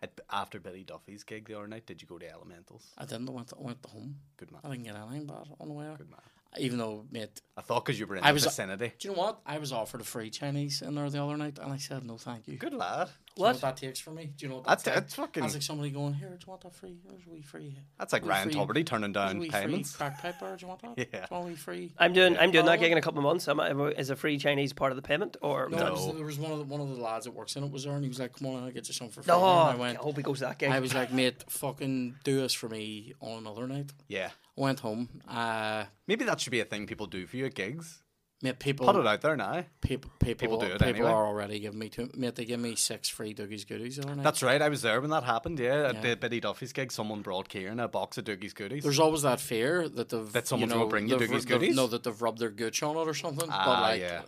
Speaker 2: At, after Billy Duffy's gig the other night, did you go to Elementals?
Speaker 1: I didn't. I went to, I went to home.
Speaker 2: Good man.
Speaker 1: I didn't get anything bad on the way. out.
Speaker 2: man.
Speaker 1: Even though, mate,
Speaker 2: I thought because you were in
Speaker 1: I
Speaker 2: the
Speaker 1: was-
Speaker 2: vicinity.
Speaker 1: do you know what? I was offered a free Chinese in there the other night, and I said no, thank you.
Speaker 2: Good lad.
Speaker 1: Do you know what
Speaker 3: What?
Speaker 1: that takes for me? Do you know what
Speaker 2: That's,
Speaker 1: that's,
Speaker 2: that's fucking.
Speaker 1: That's like somebody going here. Do you want that free? Here's a wee free.
Speaker 2: That's like
Speaker 1: Wee
Speaker 2: Ryan
Speaker 1: free-
Speaker 2: Tuberty turning
Speaker 1: here's a
Speaker 2: down
Speaker 1: wee
Speaker 2: payments.
Speaker 1: free crack pipe bar. Do you want that?
Speaker 2: (laughs) Yeah.
Speaker 1: Do you want a wee free?
Speaker 3: I'm doing I'm doing that
Speaker 1: Follow
Speaker 3: gig in a couple of months. Am I, is a free Chinese part of the payment or
Speaker 1: Oh. No, it was-
Speaker 2: No.
Speaker 1: there was one of the, one of the lads that works in it was there, and he was like, "Come on, I'll get you some for free."
Speaker 3: No,
Speaker 1: and I
Speaker 3: Oh, I
Speaker 1: went.
Speaker 3: hope he goes to that gig.
Speaker 1: I was like, "Mate, fucking do this for me on another night."
Speaker 2: Yeah.
Speaker 1: I went home. Uh,
Speaker 2: Maybe that should be a thing people do for you at gigs.
Speaker 1: mate, people,
Speaker 2: Put it out there now.
Speaker 1: people, people,
Speaker 2: People do it
Speaker 1: people
Speaker 2: anyway.
Speaker 1: are already giving me two. Mate, they give me six free Doogie's goodies the other night.
Speaker 2: That's right. I was there when that happened. Yeah, at
Speaker 1: Yeah.
Speaker 2: the Biddy Duffy's gig, someone brought Kieran a box of Doogie's goodies.
Speaker 1: There's always that fear that they've
Speaker 2: That someone's gonna bring you
Speaker 1: they've-
Speaker 2: Doogie's
Speaker 1: they've-
Speaker 2: goodies?
Speaker 1: No, that they've rubbed their gooch on it or something. but
Speaker 2: Ah,
Speaker 1: like,
Speaker 2: yeah.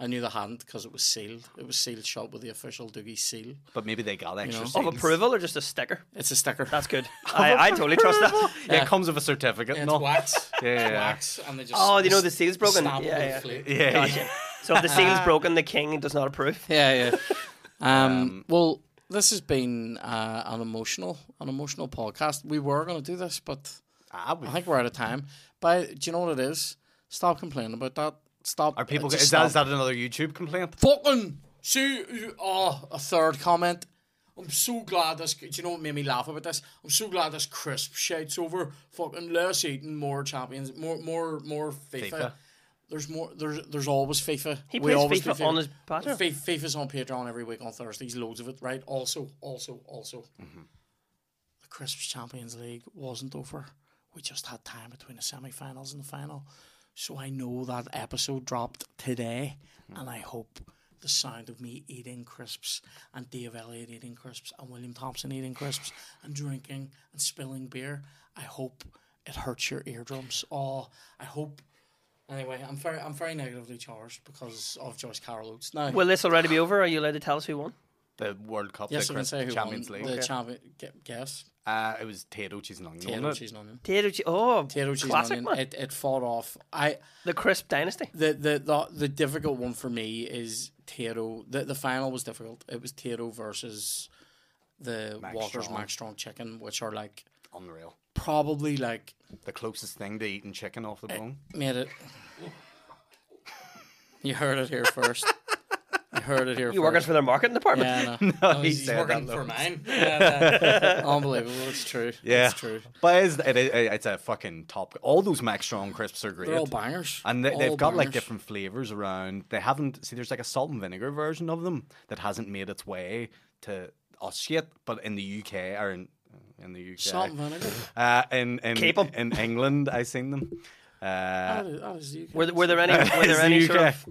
Speaker 1: I knew they hadn't because it was sealed. It was sealed shut with the official Doogie seal.
Speaker 2: but maybe they got extra.
Speaker 1: know.
Speaker 2: seats.
Speaker 3: of approval or just a sticker?
Speaker 1: It's a sticker.
Speaker 3: That's good. I, I totally trust that.
Speaker 2: Yeah, it comes with a
Speaker 1: (laughs)
Speaker 2: certificate.
Speaker 1: Oh, it's
Speaker 2: and all.
Speaker 1: wax.
Speaker 2: Yeah,
Speaker 1: It's
Speaker 2: yeah, yeah.
Speaker 1: wax, and they just
Speaker 3: Oh, you know the seal's broken.
Speaker 1: stamp it
Speaker 3: Yeah,
Speaker 1: with glue.
Speaker 3: yeah.
Speaker 2: Yeah, yeah. (laughs)
Speaker 3: Gotcha. So if
Speaker 1: (laughs)
Speaker 3: the seal's broken, the king does not approve.
Speaker 1: yeah, yeah. Um, well, this has been uh, an emotional, an emotional podcast. We were going to do this, but
Speaker 2: Ah, we-
Speaker 1: I think we're out of time. But do you know what it is? Stop complaining about that. Stop. Uh,
Speaker 2: are people?
Speaker 1: just
Speaker 2: Is that, is
Speaker 1: stop.
Speaker 2: that another YouTube complaint?
Speaker 1: fucking see? you- Oh, a third comment. I'm so glad this. Do you know what made me laugh about this? I'm so glad this crisp shite's over. Fucking less eating, more champions, more, more, more FIFA.
Speaker 2: FIFA.
Speaker 1: There's more. There's there's always FIFA.
Speaker 3: He
Speaker 1: We
Speaker 3: plays
Speaker 1: always
Speaker 3: FIFA
Speaker 1: do
Speaker 3: on his pattern.
Speaker 1: Fi- FIFA's on Patreon every week on Thursdays. Loads of it, right? Also, also, also. The Christmas Champions League wasn't over. We just had time between the semi-finals and the final, so I know that episode dropped today,
Speaker 2: Hmm.
Speaker 1: and I hope the sound of me eating crisps and Dave Elliott eating crisps and William Thompson eating crisps and drinking and spilling beer. I hope it hurts your eardrums. Oh, I hope. Anyway, I'm very, I'm very negatively charged because of Joyce Carol Oates. Now,
Speaker 3: Will this already be over? Are you allowed to tell us who won?
Speaker 2: The World Cup,
Speaker 1: Yes, I can
Speaker 2: the Chris-
Speaker 1: say who
Speaker 2: Champions
Speaker 1: won
Speaker 2: League.
Speaker 1: the champion. gu- Guess
Speaker 2: Uh, it was Tato Cheese and Onion.
Speaker 1: potato
Speaker 2: wasn't it?
Speaker 1: cheese and onion.
Speaker 3: Tato cheese. Oh,
Speaker 1: Potato cheese and
Speaker 3: classic
Speaker 1: onion.
Speaker 3: one.
Speaker 1: It, it fought off. I
Speaker 3: the crisp dynasty.
Speaker 1: the, the the the difficult one for me is Tato. The the final was difficult. It was Tato versus the Walker's
Speaker 2: Strong.
Speaker 1: Max Strong Chicken, which are like
Speaker 2: Unreal.
Speaker 1: probably like
Speaker 2: The closest thing to eating chicken off the
Speaker 1: Eh,
Speaker 2: bone.
Speaker 1: made it. (laughs) You heard it here first. You heard it here.
Speaker 3: You
Speaker 1: first.
Speaker 3: working for their marketing department?
Speaker 1: Yeah,
Speaker 2: (laughs)
Speaker 1: no. no, he's, he's
Speaker 2: said
Speaker 1: working
Speaker 2: that
Speaker 1: for mine.
Speaker 2: (laughs)
Speaker 1: Yeah, no. Unbelievable. It's true.
Speaker 2: Yeah,
Speaker 1: it's true.
Speaker 2: But it's, it, it, it's a fucking top. All those Max Strong crisps are great.
Speaker 1: They're all bangers.
Speaker 2: And they,
Speaker 1: All
Speaker 2: they've got like
Speaker 1: bangers.
Speaker 2: different flavors around. They haven't see. There's like a salt and vinegar version of them that hasn't made its way to us yet. But in the UK or in in the UK,
Speaker 1: salt and vinegar.
Speaker 2: uh, in in,
Speaker 3: Keep 'em.
Speaker 2: in England, I seen them.
Speaker 1: (laughs)
Speaker 2: Uh,
Speaker 1: That is- that is the UK.
Speaker 3: Were, th- were
Speaker 2: (laughs)
Speaker 3: there any? Were
Speaker 2: it's
Speaker 3: there
Speaker 2: the
Speaker 3: any
Speaker 2: UK.
Speaker 3: sort of?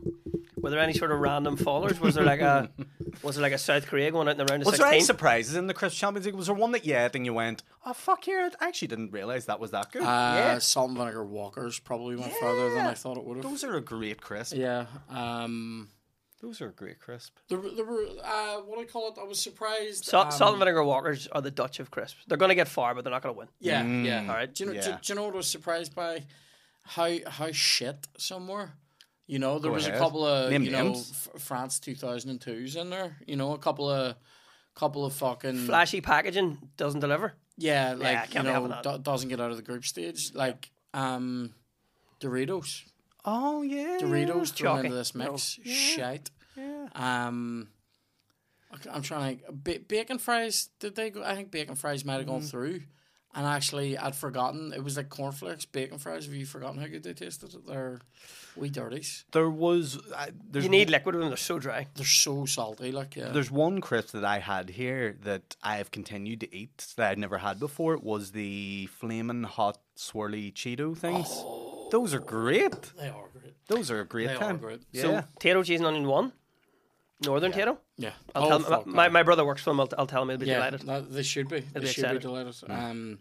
Speaker 3: Were there any sort of random fallers? Was there like a? (laughs) Was there like a South Korea going out in the round of
Speaker 2: was there any
Speaker 3: sixteen?
Speaker 2: surprises in the Chris Champions League? Was there one that yeah, then you went, oh fuck here, I actually didn't realize that was that good.
Speaker 1: Uh,
Speaker 2: yeah,
Speaker 1: Salt and vinegar walkers probably went further than I thought it would have.
Speaker 2: those are a great crisp.
Speaker 1: Yeah. Um.
Speaker 2: Those are a great crisp.
Speaker 1: There, were- there were uh, what do you call it? I was surprised.
Speaker 3: Salt,
Speaker 1: um,
Speaker 3: salt and vinegar walkers are the Dutch of crisps. They're going to get far, but they're not going to win.
Speaker 1: Yeah, yeah.
Speaker 2: Mm,
Speaker 1: All right. Do you know? Do,
Speaker 2: yeah.
Speaker 1: do you know what I was surprised by? How how shit some were. You know, there
Speaker 2: Go
Speaker 1: was
Speaker 2: ahead.
Speaker 1: a couple of
Speaker 2: Name
Speaker 1: you know
Speaker 2: names.
Speaker 1: F- France 2002s in there. You know, a couple of couple of fucking
Speaker 3: Flashy packaging doesn't deliver.
Speaker 1: yeah, like you
Speaker 3: can't be having
Speaker 1: know,
Speaker 3: that.
Speaker 1: do- doesn't get out of the group stage. Like um, Doritos.
Speaker 2: Oh yeah,
Speaker 1: Doritos thrown
Speaker 3: Chalky.
Speaker 1: into this mix.
Speaker 3: Oh,
Speaker 1: Shite.
Speaker 2: Yeah.
Speaker 1: Um, okay, I'm trying to think. Ba- bacon fries. Did they go? I think bacon fries might have
Speaker 3: Mm.
Speaker 1: gone through. And actually, I'd forgotten. It was like cornflakes, bacon fries. Have you forgotten how good they tasted? They're wee dirties.
Speaker 2: There was uh, there's
Speaker 3: You need liquid with them. They're so dry.
Speaker 1: They're so salty. Like yeah.
Speaker 2: There's one crisp that I had here that I have continued to eat that I'd never had before. It was the flaming hot swirly Cheeto things. Those are great.
Speaker 1: they are great.
Speaker 2: Those Oh. are a great
Speaker 1: They are
Speaker 2: time.
Speaker 1: great.
Speaker 2: Yeah.
Speaker 3: So Tato cheese and onion one, Northern Tato.
Speaker 1: Yeah.
Speaker 2: Oh,
Speaker 3: I'll tell him, my, my brother works for him. I'll, I'll tell him he'll be
Speaker 1: yeah,
Speaker 3: delighted.
Speaker 1: no, they should be. They
Speaker 3: be
Speaker 1: should
Speaker 3: excited.
Speaker 1: be delighted. Um,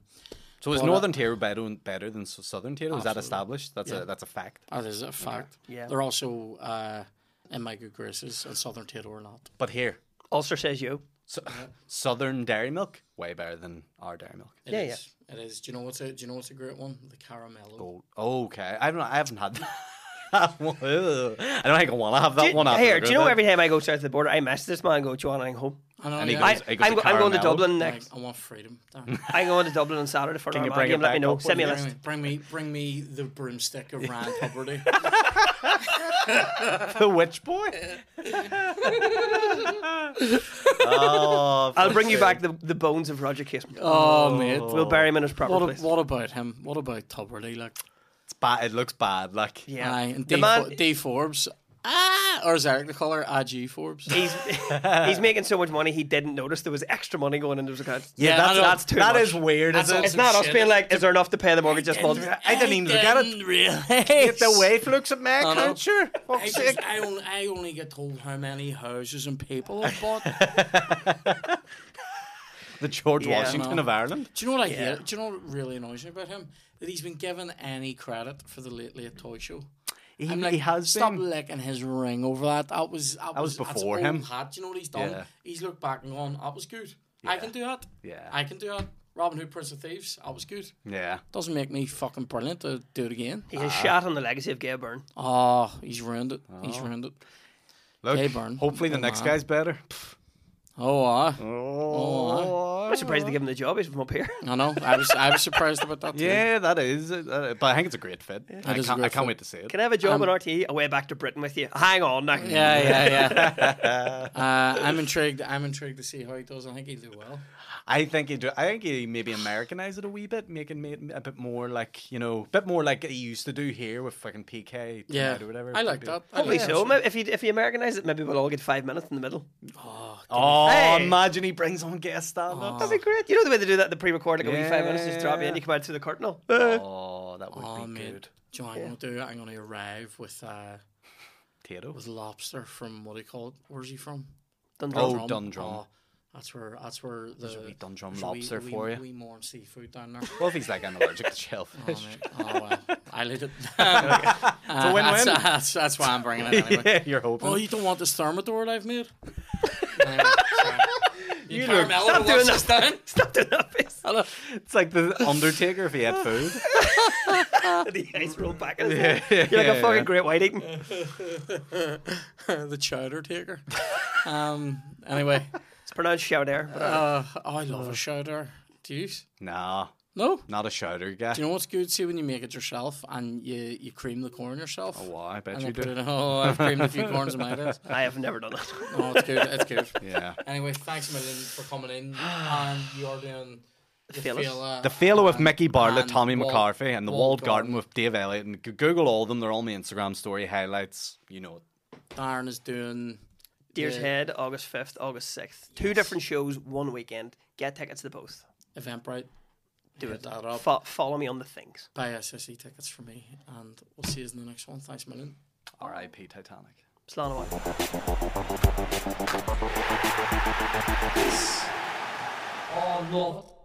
Speaker 2: so is
Speaker 1: Well,
Speaker 2: Northern Tato better, better than s- Southern Tato? Is that
Speaker 1: Absolutely.
Speaker 2: established? That's
Speaker 1: Yeah.
Speaker 2: a that's a fact.
Speaker 1: that is a fact.
Speaker 3: Yeah.
Speaker 1: They're also uh, in my good graces, and Southern Tato or not.
Speaker 2: But here,
Speaker 3: Ulster says you.
Speaker 2: so, (laughs) Southern dairy milk way better than our dairy milk.
Speaker 1: It
Speaker 3: Yeah,
Speaker 1: is. It is. Do you know what's a Do you know what's a great one? The caramello.
Speaker 2: Oh, okay. I don't. know. I haven't had that. (laughs) Well, ew. I don't think I want to have that
Speaker 3: Do you-
Speaker 2: one. after
Speaker 3: here,
Speaker 2: the
Speaker 3: do you know
Speaker 2: group.
Speaker 3: every time I go south of the border, I message this man and go, "Do you want anything home?"
Speaker 1: I know,
Speaker 2: And he
Speaker 1: yeah.
Speaker 2: goes-
Speaker 3: I,
Speaker 2: it
Speaker 3: I'm,
Speaker 2: to
Speaker 3: go- I'm going to
Speaker 2: Carmel.
Speaker 3: Dublin
Speaker 1: like,
Speaker 3: next.
Speaker 1: I want freedom.
Speaker 2: (laughs)
Speaker 1: Darn.
Speaker 3: I'm going to Dublin on Saturday for
Speaker 2: Can
Speaker 3: an
Speaker 2: you
Speaker 3: Armagh
Speaker 2: bring it
Speaker 3: game. Let me
Speaker 2: back
Speaker 3: know.
Speaker 2: up
Speaker 3: Send me a
Speaker 2: with
Speaker 3: list.
Speaker 1: Bring me, bring me the broomstick of
Speaker 2: (laughs)
Speaker 1: Ryan Poverty.
Speaker 2: the witch boy.
Speaker 1: (laughs)
Speaker 2: oh,
Speaker 3: I'll bring you back the, the bones of Roger Casement.
Speaker 1: oh, mate.
Speaker 3: We'll bury him in his proper
Speaker 1: What,
Speaker 3: place.
Speaker 1: a, what about him? What about Tuberty? Like,
Speaker 2: It's bad. It looks bad. Like
Speaker 3: yeah,
Speaker 1: aye, and
Speaker 3: the
Speaker 1: D,
Speaker 3: man,
Speaker 1: D Forbes. Ah, or is Eric the caller? IG Forbes.
Speaker 3: (laughs) he's he's making so much money he didn't notice there was extra money going into his account.
Speaker 1: Yeah,
Speaker 2: that's,
Speaker 1: I know.
Speaker 2: that's,
Speaker 3: too
Speaker 2: that
Speaker 3: much.
Speaker 2: is weird.
Speaker 1: That's
Speaker 2: isn't
Speaker 3: It's
Speaker 2: it?
Speaker 1: awesome.
Speaker 3: not us
Speaker 1: shit.
Speaker 3: being like, is there enough to pay the mortgage this month?
Speaker 2: I didn't even look at it.
Speaker 1: Really?
Speaker 2: Get the way it looks at me,
Speaker 1: I know.
Speaker 2: culture.
Speaker 1: (laughs) I,
Speaker 2: Fuck's sake.
Speaker 1: just, I, only, I only get told how many houses and people I
Speaker 2: (laughs)
Speaker 1: bought. Do
Speaker 2: The George
Speaker 3: Yeah.
Speaker 2: Washington
Speaker 1: No.
Speaker 2: of Ireland.
Speaker 1: you know what I hate? Do you know what really annoys me about him? That he's been given any credit for the Late Late Toy Show.
Speaker 2: He,
Speaker 1: I'm like,
Speaker 2: he has
Speaker 1: stop
Speaker 2: been.
Speaker 1: licking his ring over that. That was that,
Speaker 2: was
Speaker 1: that's
Speaker 2: before
Speaker 1: old
Speaker 2: him.
Speaker 1: Hat. Do you know what he's done?
Speaker 2: Yeah.
Speaker 1: He's looked back and gone, that was good. I can do that.
Speaker 2: Yeah.
Speaker 1: I can do that. Robin Hood, Prince of Thieves, that was good.
Speaker 2: Yeah.
Speaker 1: Doesn't make me fucking brilliant to do it again.
Speaker 3: He has shot on the legacy of Gail Byrne.
Speaker 1: Oh, he's ruined it. He's
Speaker 2: Oh.
Speaker 1: ruined it.
Speaker 2: Look,
Speaker 1: Hey, Byrne.
Speaker 2: hopefully the
Speaker 1: Oh,
Speaker 2: next
Speaker 1: man.
Speaker 2: guy's better.
Speaker 1: Oh, ah.
Speaker 2: Oh,
Speaker 3: I'm surprised
Speaker 1: Oh.
Speaker 3: they give him the job. He's from up here. (laughs)
Speaker 1: I know. I was I was surprised about that. too.
Speaker 2: Yeah, that is. it, that is- But I think it's a great fit. I,
Speaker 1: is a
Speaker 2: can't, I
Speaker 1: great
Speaker 2: can't
Speaker 1: fit.
Speaker 2: wait to see it.
Speaker 3: Can I have E? a job on RTE? Away back to Britain with you. Hang on now.
Speaker 1: Um, Yeah, yeah,
Speaker 2: (laughs)
Speaker 1: yeah. uh, I'm intrigued. I'm intrigued to see how he does. I think he'll do well.
Speaker 2: I think he. do- I think he maybe Americanized it a wee bit, making it a bit more like you know, a bit more like he used to do here with fucking PK.
Speaker 1: Yeah,
Speaker 2: tonight or whatever.
Speaker 1: I like
Speaker 2: Maybe.
Speaker 1: that. I
Speaker 3: Probably
Speaker 1: like
Speaker 3: so.
Speaker 1: that.
Speaker 3: Maybe if you if you Americanize it, maybe we'll all get five minutes in the middle.
Speaker 2: Oh,
Speaker 3: Hey.
Speaker 2: imagine he brings on guest stand
Speaker 1: Oh.
Speaker 2: up.
Speaker 3: That'd be great. You know the way they do that, in the pre-record like every five minutes, just drop you
Speaker 2: Yeah.
Speaker 3: and you come out through the curtain. all. "Ah,
Speaker 2: (laughs) Oh, that would
Speaker 1: Oh,
Speaker 2: be
Speaker 1: man.
Speaker 2: good.
Speaker 1: Do you know what I'm gonna do? I'm gonna arrive with uh,
Speaker 2: Potato.
Speaker 1: with lobster from what do you call it? Where's he from?
Speaker 3: Dundrum.
Speaker 2: Oh,
Speaker 1: Dundrum.
Speaker 2: Dundrum.
Speaker 1: Oh, that's where that's where the there's
Speaker 2: a wee Dundrum
Speaker 1: a
Speaker 2: lobster
Speaker 1: wee,
Speaker 2: for
Speaker 1: wee,
Speaker 2: you.
Speaker 1: Wee more seafood down
Speaker 2: (laughs)
Speaker 1: there.
Speaker 2: Well, if he's like allergic to
Speaker 1: Oh,
Speaker 2: shellfish.
Speaker 1: mate. oh well, I let it. (laughs) Uh, That's, (laughs)
Speaker 2: win-win.
Speaker 1: that's, that's why I'm bringing it anyway.
Speaker 2: (laughs) yeah, (laughs) you're hoping.
Speaker 1: Oh, you don't want this thermidor I've
Speaker 2: (laughs)
Speaker 1: made? anyway, sorry. you
Speaker 2: look-
Speaker 1: Carmella
Speaker 3: Stop
Speaker 1: to
Speaker 3: doing
Speaker 1: watch
Speaker 3: that.
Speaker 1: this down.
Speaker 3: (laughs) Stop doing that face.
Speaker 1: Hello. (laughs)
Speaker 2: it's like the Undertaker if he had (laughs) food.
Speaker 3: (laughs) the eyes roll back. in his
Speaker 2: (laughs)
Speaker 3: head. You're like a fucking great white eating. (laughs)
Speaker 1: the chowder taker. um.
Speaker 2: (laughs)
Speaker 1: Anyway,
Speaker 3: It's pronounced shout air. But uh,
Speaker 1: uh, oh, I love a chowder. Do you?
Speaker 2: Nah,
Speaker 1: No.
Speaker 2: not a shouter guy.
Speaker 1: Do you know what's good? See when you make it yourself and you you cream the corn yourself.
Speaker 2: Oh, wow, I bet
Speaker 1: and
Speaker 2: you
Speaker 1: then put
Speaker 2: do.
Speaker 1: it in. Oh, I've creamed a few corns in my days.
Speaker 2: (laughs)
Speaker 3: I have never done it. (laughs)
Speaker 2: Oh,
Speaker 1: No, it's good. It's good.
Speaker 2: Yeah.
Speaker 1: Anyway, thanks a million for coming
Speaker 2: (sighs)
Speaker 1: in. And you're doing the uh,
Speaker 3: Phyllis.
Speaker 1: Fela-
Speaker 2: The Fellow with Mickey Bartlett,
Speaker 1: and
Speaker 2: Tommy
Speaker 1: Walled-
Speaker 2: McCarthy, and The
Speaker 1: Walled
Speaker 2: Walled Garden
Speaker 1: Garden.
Speaker 2: with Dave Elliott. And g- Google all of them. They're all my Instagram story highlights. You know it.
Speaker 1: Darren is doing.
Speaker 3: Deer's
Speaker 1: Yeah.
Speaker 3: Head, August 5th, August 6th. Two different shows, one weekend. Get tickets to both.
Speaker 1: Eventbrite.
Speaker 3: Do
Speaker 1: Hit
Speaker 3: it.
Speaker 1: that up.
Speaker 3: Fo- follow me on the things.
Speaker 1: Buy SSE tickets for me, and we'll see you in the next one. Thanks a million.
Speaker 2: R.I.P. Titanic.
Speaker 3: Slán away.
Speaker 1: Oh, love.